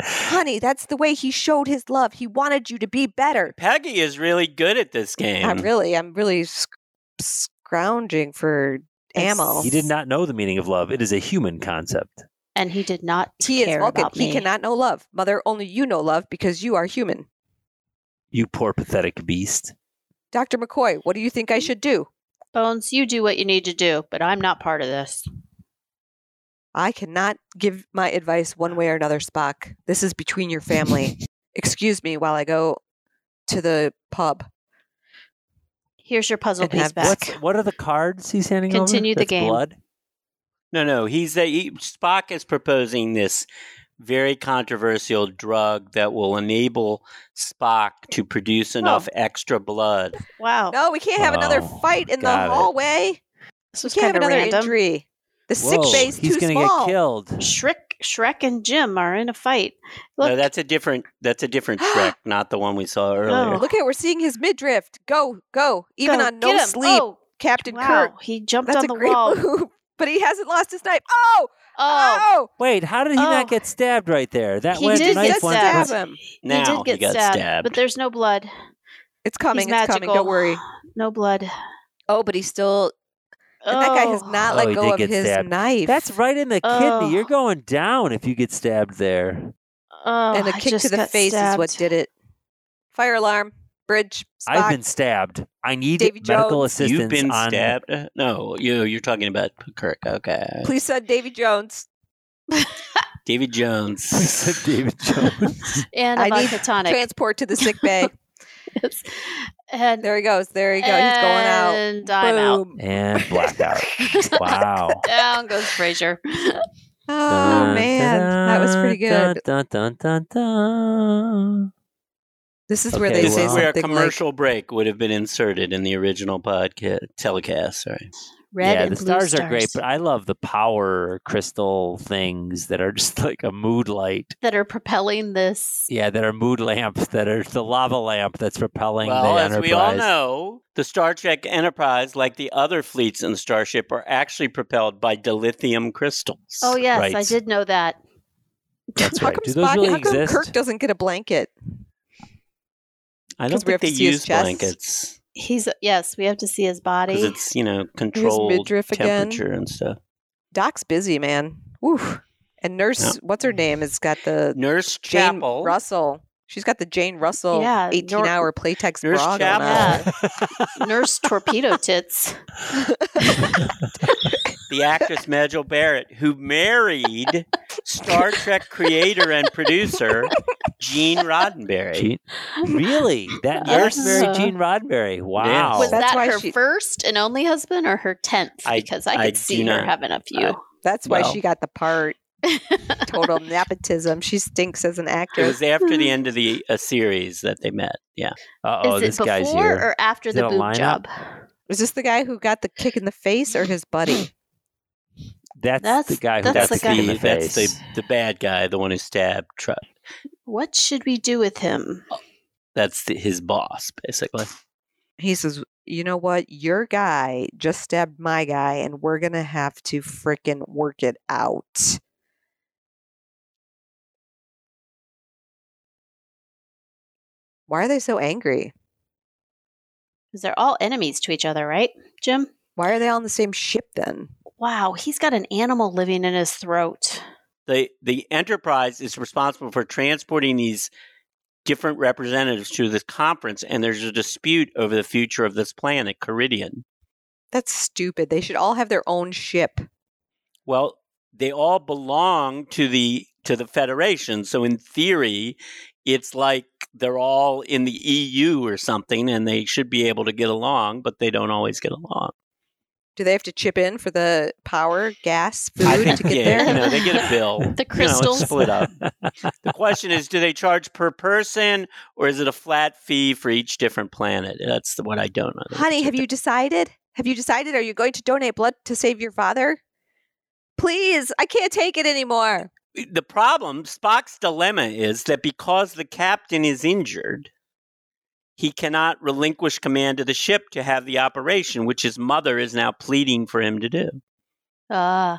Honey, that's the way he showed his love. He wanted you to be better.
Peggy is really good at this game.
I'm really, I'm really sc- scrounging for ammo.
He did not know the meaning of love. It is a human concept.
and he did not
He is
care
Vulcan.
about
He
me.
cannot know love. Mother, only you know love because you are human.
You poor pathetic beast.
Dr. McCoy, what do you
Mm.
think I should do?
Bones, you do what you need to do, but I'm not part of this.
I cannot give my advice one way or another, Spock. This is between your family. Excuse me while I go to the pub.
Here's your puzzle
And
piece
have-
back.
What's, what are the cards he's handing over?
Continue the
That's
game.
Blood.
No, no. He's a, he, Spock is proposing this very controversial drug that will enable Spock to produce enough extra blood.
Wow.
No, we can't have another
Oh,
fight in the
got it.
hallway.
this
We
was
can't have
kind of
another
random.
injury. The sick
Whoa,
bay's
he's
too
gonna
small.
get killed.
Shrek, Shrek and Jim are in a fight. Look,
No, that's a different. That's a different Shrek, not the one we saw earlier.
Oh.
Look at we're seeing his midriff. Go, go. Even
go,
on no
get him.
sleep,
Oh,
Captain
wow.
Kirk.
He jumped
That's
on
a
the
great
wall.
move. But he hasn't lost his knife. Oh,
Oh,
oh,
Wait, how did he
Oh.
not get stabbed right there? That
He
went
did
knife
get
went-
stabbed.
went-
him.
now
he did get
he got
stabbed,
stabbed.
but there's no blood.
It's coming.
He's
it's coming.
magical.
Don't worry.
No blood.
Oh, but he's still. And that guy has
Oh.
not
Oh,
let
he
go
did
of
get
his
stabbed.
knife.
That's right in the
Oh.
kidney. You're going down if you get stabbed there.
Oh,
and a
I
kick to
just
the
got
face is what
stabbed.
did it. Fire alarm. Bridge. Spock.
I've been stabbed. I need
Davy
medical
Jones.
assistance.
You've been
on-
stabbed. Uh, No, you you're talking about Kirk. Okay,
Please send Davy Jones.
David Jones.
I said David Jones.
And
I
about
need
Titanic.
Transport to the sick bay.
and
there he goes. There he goes. He's going out.
And I'm out.
Boom.
and blackout. Wow.
Down goes Frazier.
Oh man, that was pretty
Dun,
good.
dun, dun, dun, dun.
This is where
Okay,
they
This
say
is where a
something
commercial break would have been inserted in the original podcast telecast. Sorry.
Red
yeah,
and
the
blue
stars,
stars
are great, but I love the power crystal things that are just like a mood light.
that are propelling this.
Yeah, that are mood lamps that are the lava lamp that's propelling
Well,
the
as
enterprise.
we all know, the Star Trek Enterprise, like the other fleets in Starship, are actually propelled by dilithium crystals.
Oh yes, I
Right.
did know that.
That's
like. How
right.
come
Do those
Spock?
really
how come
exist?
Kirk doesn't get a blanket?
I
'Cause
don't
we
think
have
they
to see his
use
chest.
blankets
He's yes, we have to see his
because
body.
it's you know controlled
midriff again.
temperature and stuff.
Doc's busy, man. Woo. And nurse,
Yeah.
what's her name? Has got the
Nurse
Jane
Chapel.
Russell. She's got the Jane Russell
Yeah,
18
Nor-
hour Playtex
Nurse
bra going
Chapel.
on.
Nurse torpedo tits.
the actress Majel Barrett, who married Star Trek creator and producer Gene Roddenberry.
Gene- really? That
Yes.
nurse married Gene Roddenberry.
Oh.
Wow.
Was
That's
that
why
her
she-
first and only husband or her tenth?
I-
Because I
I
could
do
see her
not- uh,
having a few.
I-
That's why
Well.
she got the part. Total nepotism. She stinks as an
It
actress.
was after
Hmm.
the end of the a series that they met. Yeah. oh,
Uh-oh,
Is it
this
before
guy's here.
or after
Is
the
it a
boob
lineup?
job?
Is this the guy who got the kick in the face or his buddy?
That's, the
That's-
guy who
that's
got
the
kick in
guy.
the
that's
face.
the, the bad guy, the one who stabbed Tru
What should we do with him?
That's the, his boss, basically.
He says, You know what? Your guy just stabbed my guy, and we're going to have to frickin' work it out. Why are they so angry?
Because they're all enemies to each other, right, Jim?
Why are they on the same ship then?
Wow, he's got an animal living in his throat.
the the enterprise is responsible for transporting these different representatives to this conference and there's a dispute over the future of this planet Caridian.
That's stupid. They should all have their own ship.
Well, they all belong to the to the federation, so in theory it's like they're all in the EU or something and they should be able to get along, but they don't always get along.
Do they have to chip in for the power, gas, food
I
to
think
get
yeah,
there?
you know, they get a bill.
The
You know, it's
crystals.
split up. The question is, do they charge per person or is it a flat fee for each different planet? That's the what I don't know.
Honey, have you decided? Have you decided? Are you going to donate blood to save your father? Please, I can't take it anymore.
eh, The problem, Spock's dilemma is that because the captain is injured, he cannot relinquish command of the ship to have the operation, which his mother is now pleading for him to do.
Uh,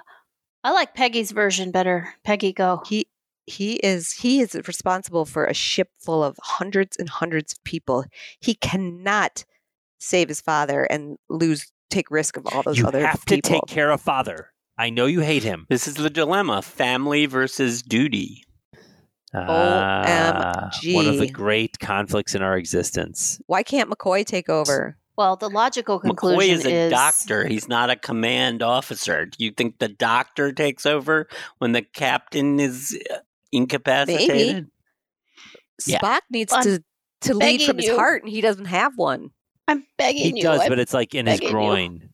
I like Peggy's version better. Peggy, go.
He he is he is responsible for a ship full of hundreds and hundreds of people. He cannot save his father and lose take risk of all those
you
other
have to
people.
take care of father. I know you hate him.
This is the dilemma family versus duty.
Ah, One of the
OMG.
great conflicts in our existence.
Why can't McCoy take over?
Well, the logical conclusion
McCoy is a doctor. He's not a command officer. Do you think the doctor takes over when the captain is uh, incapacitated? Yeah.
Spock needs
I'm
to to lead
begging
from his
you.
heart, and he doesn't have one.
I'm begging
He
you.
does,
I'm-
but it's like in his
begging you.
groin.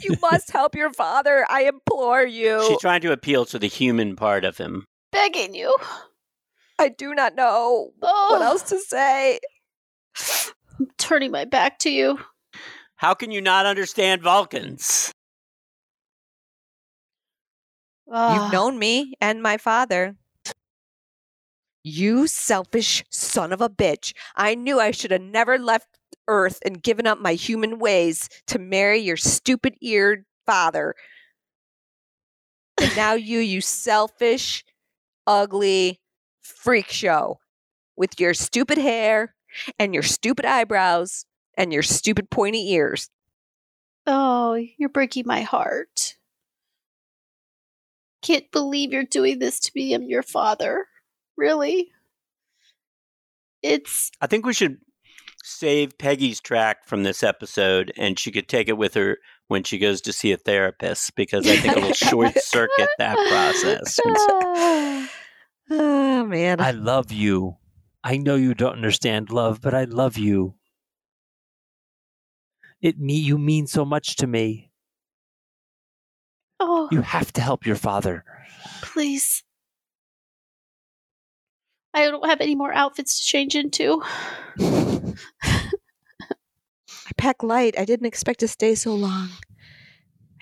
you must help your father. I implore you.
She's trying to appeal to the human part of him.
begging you.
I do not know
Oh,
what else to say.
I'm turning my back to you.
How can you not understand Vulcans?
Ah,
You've known me and my father. You selfish son of a bitch. I knew I should have never left Earth and given up my human ways to marry your stupid eared father. And now you, you selfish, ugly freak show with your stupid hair and your stupid eyebrows and your stupid pointy ears.
Oh, you're breaking my heart. Can't believe you're doing this to me. I'm your father. Really? It's
I think we should save Peggy's track from this episode and she could take it with her when she goes to see a therapist because I think it will short circuit that process.
Oh, man.
I love you. I know you don't understand love, but I love you. It me you mean so much to me.
oh,
You have to help your father.
please. I don't have any more outfits to change into.
I pack light. I didn't expect to stay so long.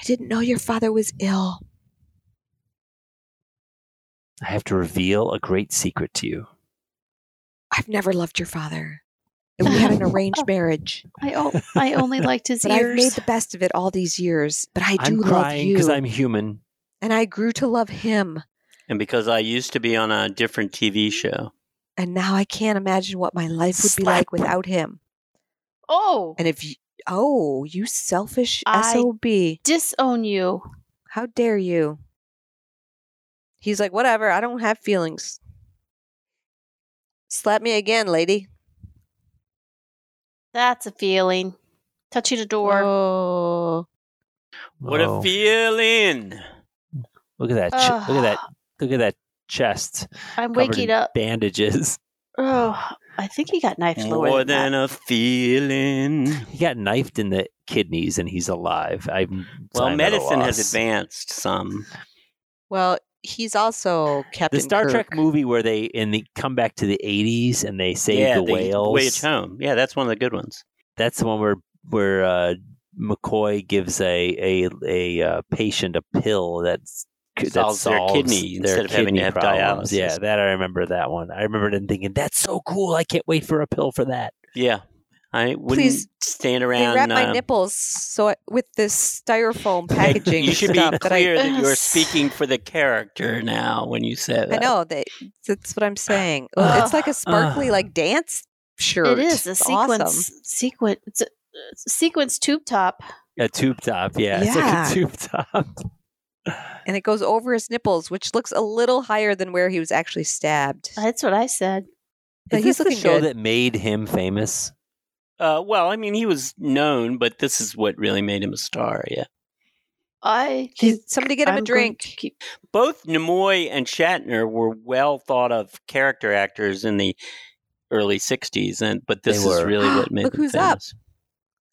I didn't know your father was ill.
I have to reveal a great secret to you.
I've never loved your father. And we had an arranged marriage.
I o- I only liked his
But I've
ears.
made the best of it all these years. But I
am
do love
crying because
you.
I'm human.
and I grew to love him.
And because I used to be on a different TV show.
And now I can't imagine what my life would be
Slap.
like without him.
oh,
And if you, oh, you selfish
I-
SOB.
disown you.
How dare you? He's like, whatever. I don't have feelings. Slap me again, lady.
That's a feeling. Touching a door.
Oh.
What
Oh,
a feeling.
Look at that. ch- look at that. Look at that chest
I'm
covered
waking
in
up.
bandages.
Oh, I think he got knifed lower
More
than,
than a feeling.
He got knifed in the kidneys and he's alive. I'm
Well,
I'm at a
medicine has
loss.
advanced some.
Well, he's also Captain
The Star Trek
Kirk.
movie where they in the come back to the 80s and they save
yeah,
the whales.
Voyage home. Yeah, that's one of the good ones.
That's the one where where uh, McCoy gives a a a uh, patient a pill that's that
Solves their
solves
kidney
their
instead of having to
kidney
have
problems.
dialysis.
Yeah, that I remember that one. I remember them thinking that's so cool. I can't wait for a pill for that.
Yeah. I wouldn't
Please,
stand
They
around.
wrap my
um,
uh,
nipples so I, with this styrofoam
like,
packaging
You should be
stuff that I,
clear that, you're
Ugh.
speaking for the character now when you say that.
I know that that's what I'm saying. Ugh, it's like
Uh.
a sparkly
Ugh.
like dance shirt.
It is a
It's
sequence
Awesome.
sequence it's a, it's a sequence tube top.
A tube top, yeah. It's
Yeah.
like a tube top.
And it goes over his nipples, which looks a little higher than where he was actually stabbed.
That's what I said.
But
Is this
he's
the
looking
show
good.
that made him famous?
Uh, well, I mean, he was known, but this is what really made him a star. Yeah.
I
He's- somebody get him a
I'm going
drink.
to keep-
Both Nimoy and Shatner were well thought of character actors in the early '60s, and but this
They
is
were.
really what made
Look
them
who's up.
famous.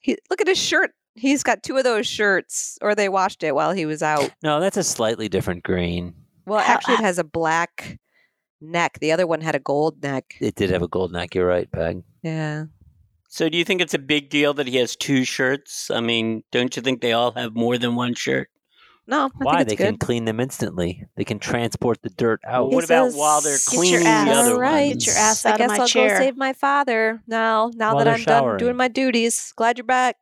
He, look at his shirt. He's got two of those shirts, or they washed it while he was out.
No, that's a slightly different green.
Well,
How-
actually, it has a black neck. The other one had a gold neck.
It did have a gold neck. You're right, Peg.
Yeah.
So, do you think it's a big deal that he has two shirts? I mean, don't you think they all have more than one shirt?
No, I
Why?
think
They
it's
can
good.
clean them instantly. They can transport the dirt out.
what
He
about
says,
while they're
"Get your
cleaning the
ass
other
right.
ones?
Get your ass
I
out of
guess
my
I'll
chair.
go save my father now. Now
While
that
they're
I'm done doing
showering.
my duties. Glad you're back.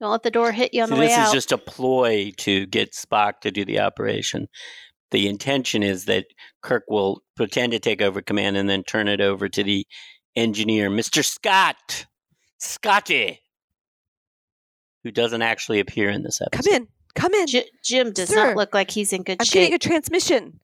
Don't let the door hit you on
So
the way
this
out.
is just a ploy to get Spock to do the operation. The intention is that Kirk will pretend to take over command and then turn it over to the engineer, Mr. Scott, Scotty, who doesn't actually appear in this episode.
Come in. Come in.
J- Jim does
Sir,
not look like he's in good
I'm
shape.
getting a transmission.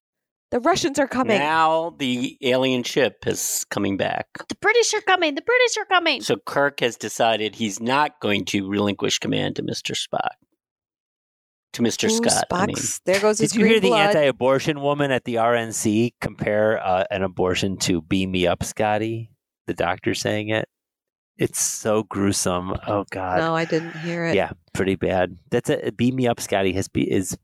The Russians are coming.
Now the alien ship is coming back.
the British are coming. The British are coming.
So Kirk has decided he's not going to relinquish command to Mr. Spock. To Mr.
Ooh,
Scott. I mean.
Spock's- there goes his
Did you
green
hear the
blood.
anti-abortion woman at the RNC compare uh, an abortion to "beam me up, Scotty"? The doctor saying it. It's so gruesome. Oh God.
no, I didn't hear it.
Yeah, pretty bad. That's a "beam me up, Scotty" has be, is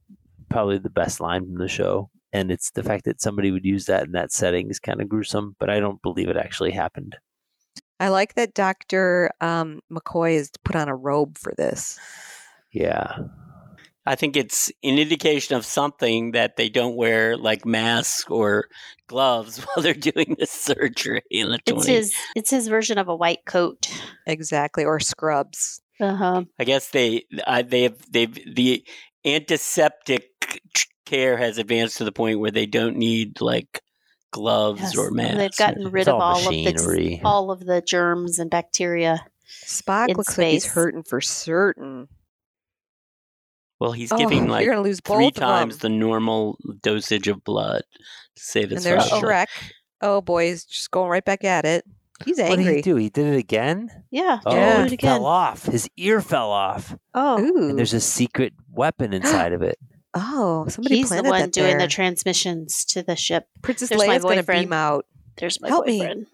probably the best line from the show, and it's the fact that somebody would use that in that setting is kind of gruesome. But I don't believe it actually happened.
I like that Dr. Um, McCoy is put on a robe for this.
Yeah,
I think it's an indication of something that they don't wear like masks or gloves while they're doing this surgery in the
It's
20s.
his it's his version of a white coat.
Exactly. Or scrubs.
Uh-huh.
I guess they uh, they have they've the antiseptic care has advanced to the point where they don't need like gloves
Yes.
or masks.
They've gotten rid
it's
of
all
all of the
machinery.
all of the germs and bacteria.
Spock
In
looks like he's
space.
hurting for certain.
well, he's
Oh,
giving like
you're gonna lose both
three
of 'em.
times the normal dosage of blood to save
And
his
there's
father.
Shrek. Oh boy, he's just going right back at it. He's
what did
angry.
he do? He did it again.
Yeah.
Oh,
Yeah.
Do
it
it again.
fell off. His ear fell off.
Oh.
Ooh.
And there's a secret weapon inside of it.
oh, somebody
he's the
planted
one
that
doing
there.
the transmissions to the ship.
Princess
there's my
Leia's going to
boyfriend.
beam out.
There's my
Help me.
boyfriend.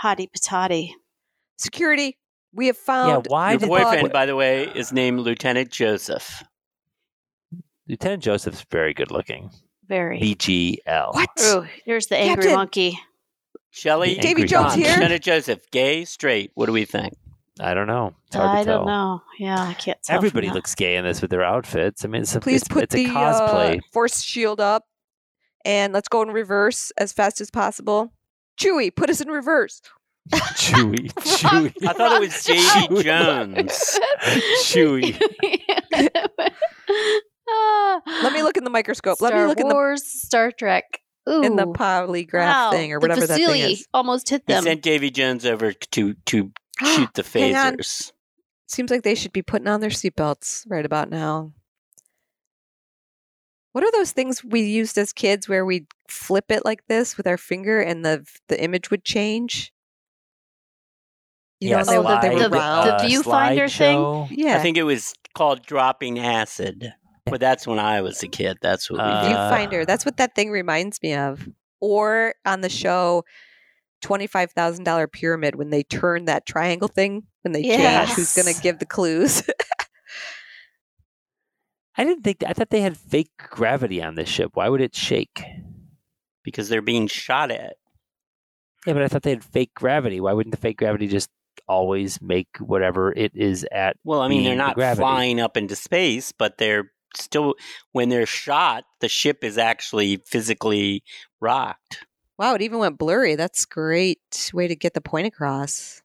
Hottie patati.
Security, we have found
why
Your
did-
boyfriend,
Bob-
by the way, is named Lieutenant Joseph.
Lieutenant Joseph's very good looking.
Very.
BGL.
what?
Oh, there's the angry
Captain.
monkey.
Shelley,
The Davy angry
Jones
John,
here?
Lieutenant Joseph, gay, straight. What do we think?
I don't know. It's hard
I
to tell.
don't know. Yeah, I can't tell. from
Everybody
that.
looks gay in this with their outfits. I mean, it's a,
Please
it's,
put
it's
the
a cosplay.
uh, force shield up, and let's go in reverse as fast as possible. Chewie, put us in reverse.
Chewy, chewy,
Uh,
I thought it was Davy
Jones.
Jones.
chewy.
Ah.
Let me look in the microscope.
Star
Let me look
Wars, Star Trek. Ooh.
in the in the polygraph
Wow,
thing or
the
whatever that
Vasili
thing is.
almost hit
He
them.
sent Davy Jones over to to shoot the
Hang on.
phasers.
Seems like they should be putting on their seatbelts right about now. What are those things we used as kids where we'd flip it like this with our finger and the the image would change? You
Yeah, uh,
know, and they,
slide-
they were
Oh, the-
round.
the viewfinder thing?
slideshow.
yeah.
Uh, I think it was called dropping acid. But that's when I was a kid. That's what we
Uh,
did.
viewfinder. That's what that thing reminds me of. Or on the show, twenty-five thousand dollar pyramid when they turn that triangle thing when they change who's going
Yes.
to give the clues.
I didn't think. I thought they had fake gravity on this ship. Why would it shake?
because they're being shot at.
Yeah, but I thought they had fake gravity. Why wouldn't the fake gravity just always make whatever it is at?
Well, I mean, they're
Being the
not
gravity.
flying up into space, but they're still when they're shot, the ship is actually physically rocked.
wow, it even went blurry. That's great way to get the point across.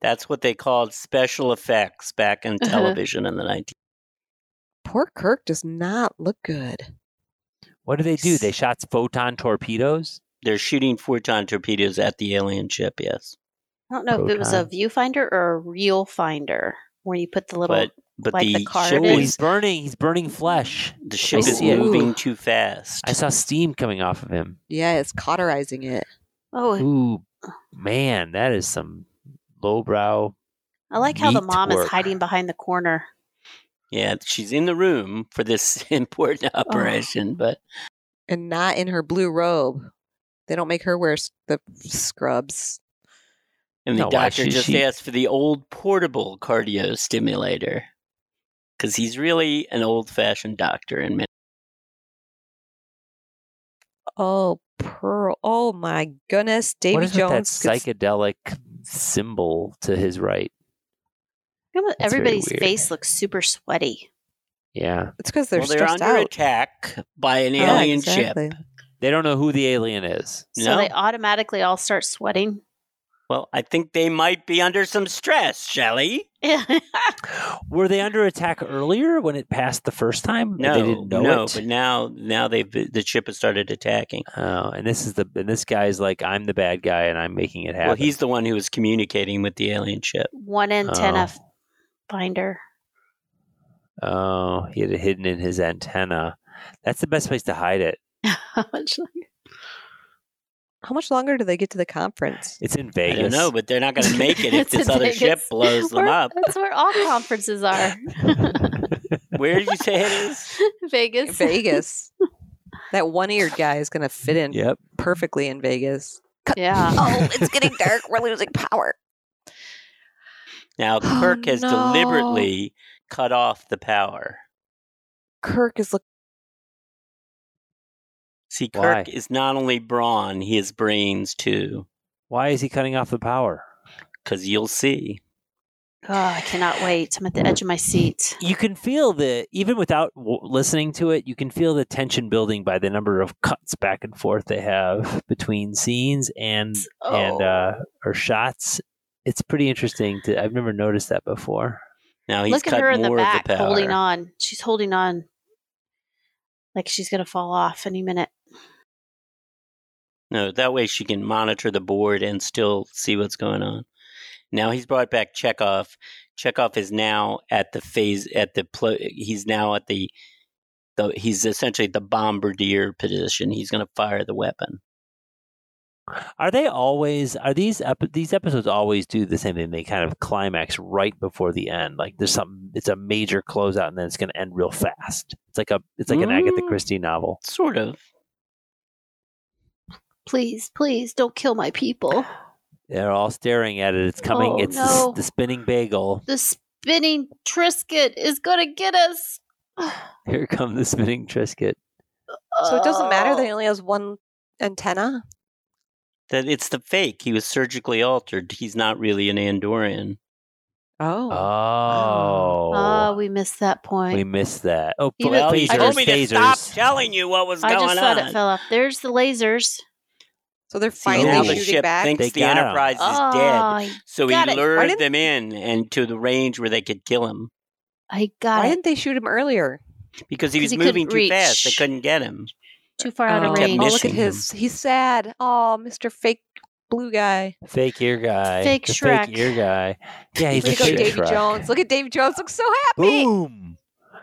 That's what they called special effects back in
Uh-huh.
television in the 19th.
Poor Kirk does not look good.
What do they do? They shot photon torpedoes.
They're shooting photon torpedoes at the alien ship, yes.
I don't know if it was a
Proton.
viewfinder or a real finder where you put the little.
but but
like
the,
the card
ship
Oh,
is-
he's
is
burning. He's burning flesh.
the ship is
see it.
moving
Ooh.
too fast.
I saw steam coming off of him.
Yeah, it's cauterizing it.
oh,
Ooh, man, that is some lowbrow.
I like how the
meat
mom
work.
is hiding behind the corner.
Yeah, she's in the room for this important operation, but
And not in her blue robe. They don't make her wear s- the scrubs.
and the
No, why,
doctor
she-
just
she-
asked for the old portable cardio stimulator because he's really an old-fashioned doctor in many.
Oh, Pearl. Oh my goodness. Davy
what is with
Jones.
that
gets-
psychedelic symbol to his right?
Remember,
That's very
Everybody's
weird.
face looks super sweaty.
Yeah,
It's because they're
well, they're
stressed
under
out.
attack by an
Yeah,
alien
exactly.
ship.
they don't know who the alien is.
So
No.
they automatically all start sweating.
Well, I think they might be under some stress, Shelley.
Were they under attack earlier when it passed the first time?
No,
they didn't know
no,
it.
but now now they've been- the ship has started attacking.
Oh, and this is the and this guy's like, I'm the bad guy, and I'm making it happen.
Well, he's the one who was communicating with the alien ship.
One antenna
Oh.
finder.
oh, he had it hidden in his antenna. That's the best place to hide it.
How much longer do they get to the conference?
It's in
I
Vegas.
don't know, but they're not going to make it if
It's in
this other ship
Vegas.
blows them
Where-
up.
That's where all conferences are.
Where did you say it is?
Vegas.
Vegas. that one eared guy is going to fit in
Yep.
perfectly in Vegas.
Yeah.
Oh, it's getting dark. We're losing power.
Now,
Oh,
Kirk has
no.
deliberately cut off the power.
Kirk is looking.
See, Kirk
Why?
is not only brawn, he is brains too,
Why is he cutting off the power?
because you'll see.
Oh, I cannot wait. I'm at the edge of my seat.
You can feel the even without w- listening to it, you can feel the tension building by the number of cuts back and forth they have between scenes and and
Oh.
oh.
uh, or shots. It's pretty interesting. To, I've never noticed that before.
Now he's
Look at
cut
her in the
more
back
of the power.
holding on. She's holding on like she's going to fall off any minute.
No, that way she can monitor the board and still see what's going on. Now he's brought back Chekhov. Chekhov is now at the phase at the pl- he's now at the the he's essentially at the bombardier position. He's going to fire the weapon.
Are they always? Are these ep- these episodes always do the same thing? They kind of climax right before the end. Like there's something. It's a major closeout, and then it's going to end real fast. It's like a. It's like an Agatha
Mm.
Christie novel.
Sort of.
Please, please don't kill my people.
They're all staring at it. It's coming.
Oh,
it's the s-
no.
the spinning bagel.
The spinning Trisket is going to get us.
Here come the spinning Trisket.
So it doesn't matter that
Oh.
he only has one antenna.
That it's the fake. He was surgically altered. He's not really an Andorian.
Oh.
Oh,
Oh, we missed that point.
we missed that. Oh,
You
ph-
Well,
phasers,
I told me
phasers.
telling you what was
I just thought it fell off. There's the lasers.
so they're
See, now
finally
the
shooting
ship
back.
thinks
They
the
got 'em.
Enterprise
oh,
is dead.
I-
So
Got
he
it.
lured
didn't-
them in and to the range where they could kill him
I got
Why
it.
didn't they shoot him earlier?
because he
'Cause
was
he couldn't
moving too fast. They
reach.
couldn't get him.
Too far out of
kept
range.
oh look
missing
at
him.
his. He's sad. Oh, Mr. Fake Blue Guy.
Fake ear guy.
Fake
the
Shrek.
Fake ear guy. Yeah, he's
Way
a
to go,
fake
Davy
Shrek.
Jones. Look at Davy Jones. Looks so happy.
Boom.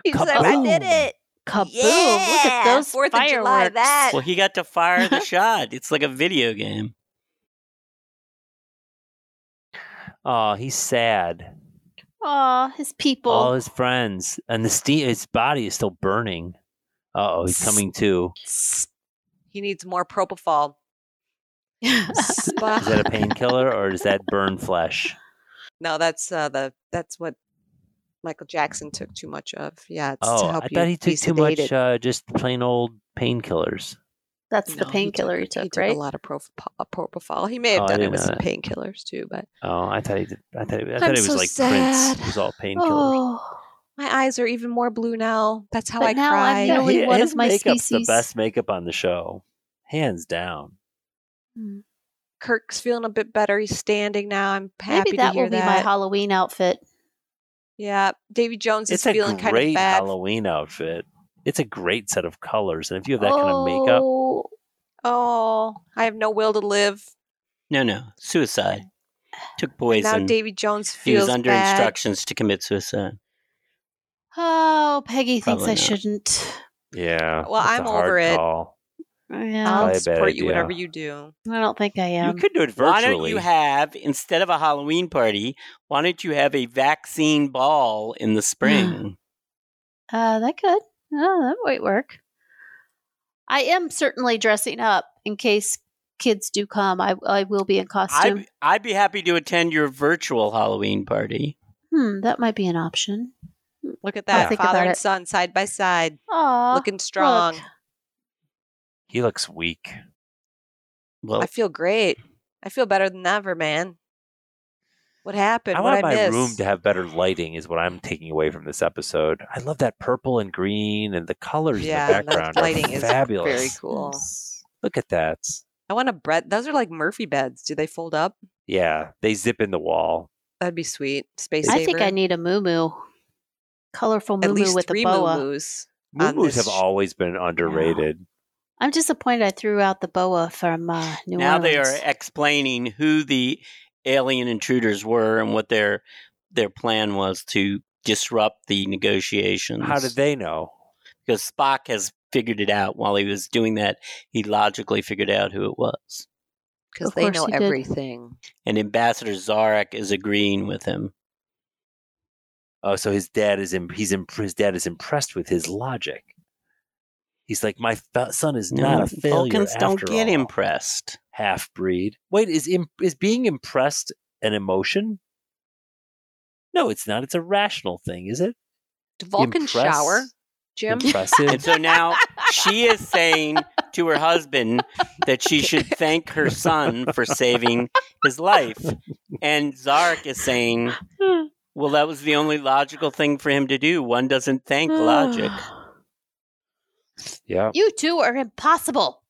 He's like, I did
Kaboom.
it.
Kaboom! Look
Yeah,
at those
Fourth of
fireworks.
July, that-
Well, he got to fire the shot. It's like a video game.
Oh, he's sad.
Aw, his people.
All his friends and the steam. His body is still burning. Uh oh, he's coming to.
He needs more propofol.
S- Is that a painkiller or does that burn flesh?
No, that's uh, the that's what Michael Jackson took too much of. Yeah, it's
Oh,
to help
I
you
thought he
be
took too much.
sedated.
Uh, just plain old painkillers.
That's
No,
the painkiller he took, right?
a lot of prof- uh, propofol. He may have
Oh, I
done it
didn't
with
know
some
that.
painkillers too, but
Oh, I thought he did. I thought, he- I
I'm
thought it was
so
like
sad.
Prince. It was all painkillers.
Oh,
my eyes are even more blue now. That's how
But
I
now
cry.
I'm gonna Really, one of
his
my
makeup's the
species.
best makeup on the show, hands down.
Mm.
Kirk's feeling a bit better. He's standing now. I'm happy
Maybe that
to hear
will be
that.
my Halloween outfit.
yeah, Davy Jones
It's
is
a
feeling
great
kind of bad.
Halloween outfit. It's a great set of colors, and if you have that kind of makeup,
Oh,
Oh, I have no will to live.
No, no, suicide. Took
Now
poison.
Davy Jones
he
feels
was under
bad.
instructions to commit suicide.
Oh, Peggy thinks
Probably
I
not.
shouldn't.
yeah.
Well,
that's
I'm
a hard
over it.
call.
Yeah,
I'll
Probably a bad
support you
idea.
whatever you do.
I don't think I am.
you could do it
Why don't
virtually.
you have instead of a Halloween party? Why don't you have a vaccine ball in the spring?
Uh, that could. Oh, that might work. I am certainly dressing up in case kids do come. I, I will be in costume.
I'd, I'd be happy to attend your virtual Halloween party.
hmm, that might be an option.
Look at
I'll
that
think
father
about
and
it.
son side by side,
Aw,
looking strong.
he looks weak.
Well,
Oh.
I feel great. I feel better than ever, man. What happened?
I
what
want
I
my
miss?
room to have better lighting. Is what I'm taking away from this episode. I love that purple and green and the colors
yeah,
in the background.
that
are
lighting is
fabulous.
very cool.
Look at that.
I want a bread. Those are like Murphy beds. Do they fold up?
Yeah, they zip in the wall.
That'd be sweet. Space
I think
saver.
I need a moo colorful
at
moo
least
with a
three
boa.
moo-moos. on
Moo-moos
this
have always been underrated.
I'm disappointed I threw out the boa from uh, New
now
Orleans.
they are explaining who the alien intruders were and what their their plan was to disrupt the negotiations.
How did they know?
Because Spock has figured it out. While he was doing that, he logically figured out who it was.
because
Of
they
course
know
you did.
everything.
And Ambassador Zarek is agreeing with him.
Oh, so his dad is Im- he's imp- his dad is impressed with his logic. He's like, my fa- son is not a
Mm,
failure.
Vulcans don't
after
get
all.
impressed.
Half breed. Wait, is im- is being impressed an emotion? No, it's not. It's a rational thing, is it?
Do Vulcan
Impress-
shower, Jim?
And
Impressive.
so now she is saying to her husband that she should thank her son for saving his life. And Zarek is saying, well, that was the only logical thing for him to do. One doesn't thank logic.
yeah.
You two are impossible.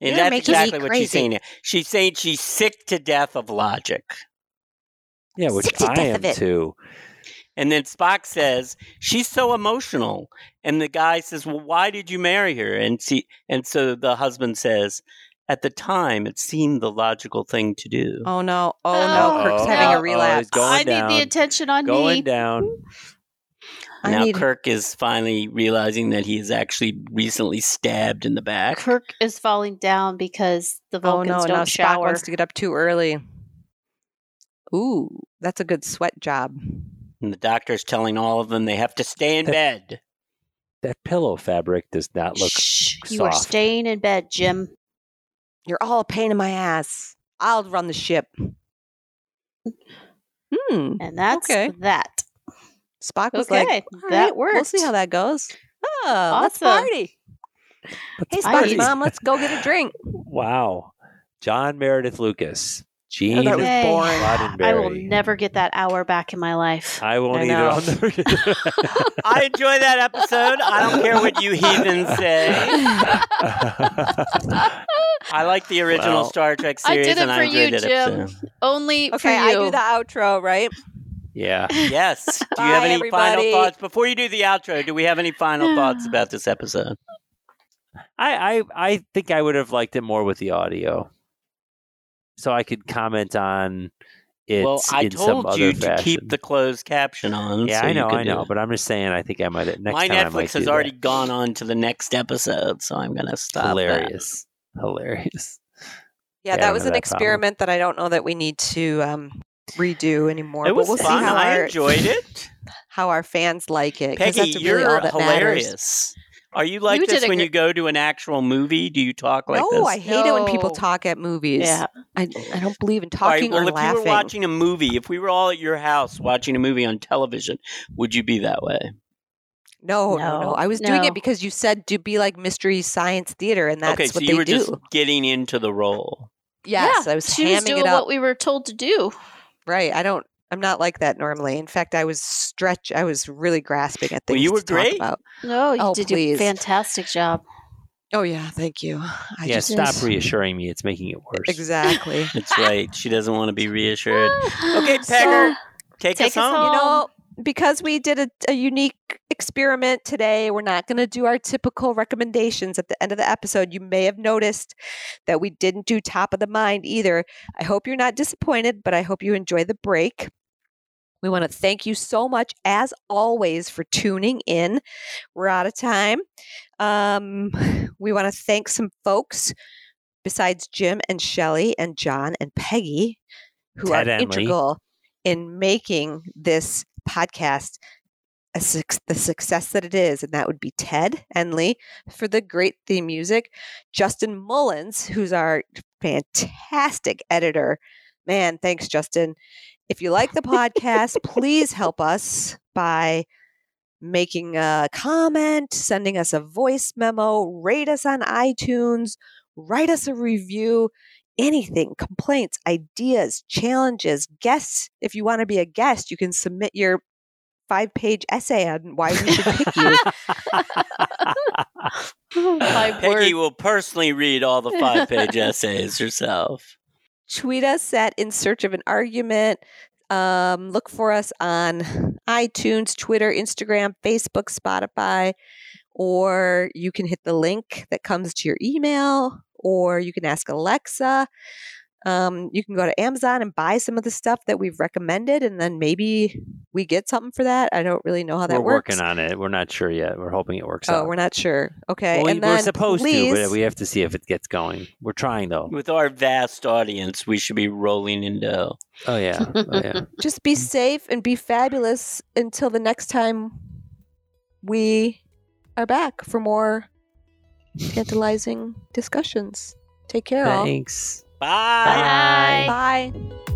And
You're
that's
making me
exactly what she's
crazy.
saying. She's saying she's sick to death of logic.
Yeah, which
Sick to
I
death
am
of it.
too.
And then Spock says, She's so emotional. And the guy says, Well, why did you marry her? And she and so the husband says, At the time it seemed the logical thing to do.
Oh no! Oh no!
Oh,
Kirk's having
no.
a relapse.
Going
I
down.
need the attention on
Going
me.
down.
I
now
need-
Kirk is finally realizing that he is actually recently stabbed in the back.
Kirk is falling down because the
Oh
Vulcans
no!
don't
Now Spock
shower.
wants to get up too early. Ooh, that's a good sweat job.
And the doctor's telling all of them they have to stay in
That-
bed.
That pillow fabric does not look
Shh, you are
soft.
staying in bed, Jim.
You're all a pain in my ass. I'll run the ship. Hmm.
And that's
Okay.
that.
Spock was like,
Okay,
"All
that
right, We'll see
worked.
how that goes. Oh, let's
Awesome.
party. Hey,
I
Spock's
need-
mom, let's go get a drink.
Wow. John Meredith Lucas. Gene
that was
Okay.
boring.
Roddenberry.
I will never get that hour back in my life.
I won't
I
either.
know.
I'll never get
I enjoy that episode. I don't care what you heathens say. I like the original
Well-
Star Trek
I did
series
it
and I
for
enjoy
you,
that
Jim.
episode.
Only for
Okay,
you.
I do the outro, right?
yeah.
Yes. Do you have
Bye,
any
everybody.
final thoughts before you do the outro? Do we have any final thoughts about this episode?
I, I I think I would have liked it more with the audio. So I could comment on it
well, I
in some
told
other
you to
fashion.
keep the closed caption on.
Yeah,
so
I
you
know,
could
I
do
know,
it.
but I'm just saying I think I might next
my
time I might
Netflix
do
has
that.
already gone on to the next episode, so I'm gonna stop. That.
hilarious. Hilarious.
Yeah,
Yeah, I
that
don't
was
have
an
that problem.
experiment that I don't know that we need to um, redo anymore.
It
but
was
we'll
fun.
see how
I
our,
enjoyed it.
How our fans like it. 'cause
Peggy,
that's really
you're
all that
hilarious.
Matters.
Are you like
You did
this
a
when
gr-
you go to an actual movie? Do you talk like
no,
this?
I hate it when people
No.
talk at movies.
yeah.
I, I don't believe in
All right,
talking
well,
or
if
laughing.
you were watching a movie, if we were all at your house watching a movie on television, would you be that way?
no, no, no,
No,
I was doing
no.
it because you said to be like mystery science theater, and that's
okay,
what
so
they
you were
do.
just getting into the role.
yes,
yeah,
I was
she was
hamming
doing
it up.
what we were told to do.
Right. I don't. I'm not like that normally. In fact, I was stretch. I was really grasping at things.
Well, you were
to talk
great.
about.
No, you
Oh,
did
please.
a fantastic job.
Oh yeah, thank you. I
yeah,
just
stop
Yes.
reassuring me. It's making it worse.
exactly. you
That's right. She doesn't want to be reassured. Okay,
So-
Pegger, Take,
Take
us
us
home.
home.
know, because we did a, a unique experiment today, we're not going to do our typical recommendations at the end of the episode. You may have noticed that we didn't do top of the mind either. I hope you're not disappointed, but I hope you enjoy the break. We want to thank you so much, as always, for tuning in. We're out of time. Um, we want to thank some folks besides Jim and Shelly and John and Peggy, who
Ted
are
Emley.
integral in making this podcast a suc the success that it is. And that would be Ted Enley for the great theme music, Justin Mullins, who's our fantastic editor. Man, thanks, Justin. If you like the podcast, please help us by making a comment, sending us a voice memo, rate us on iTunes, write us a review, anything, complaints, ideas, challenges, guests. If you want to be a guest, you can submit your five page essay on why we should pick you.
My
Peggy
word.
will personally read all the five page essays herself.
tweet us at in search of an argument um, look for us on itunes twitter instagram facebook spotify or you can hit the link that comes to your email or you can ask alexa um, you can go to amazon and buy some of the stuff that we've recommended and then maybe we get something for that i don't really know how that
We're
works
working on it. We're not sure yet. We're hoping it works
oh
out.
we're not sure okay
Well, we,
and then
are supposed to,
please-
but we have to see if it gets going. We're trying though.
With our vast audience, we should be rolling in dough.
Oh yeah, oh, yeah.
just be safe and be fabulous until the next time we are back for more tantalizing discussions. Take care, all.
Thanks.
Bye.
Bye.
Bye.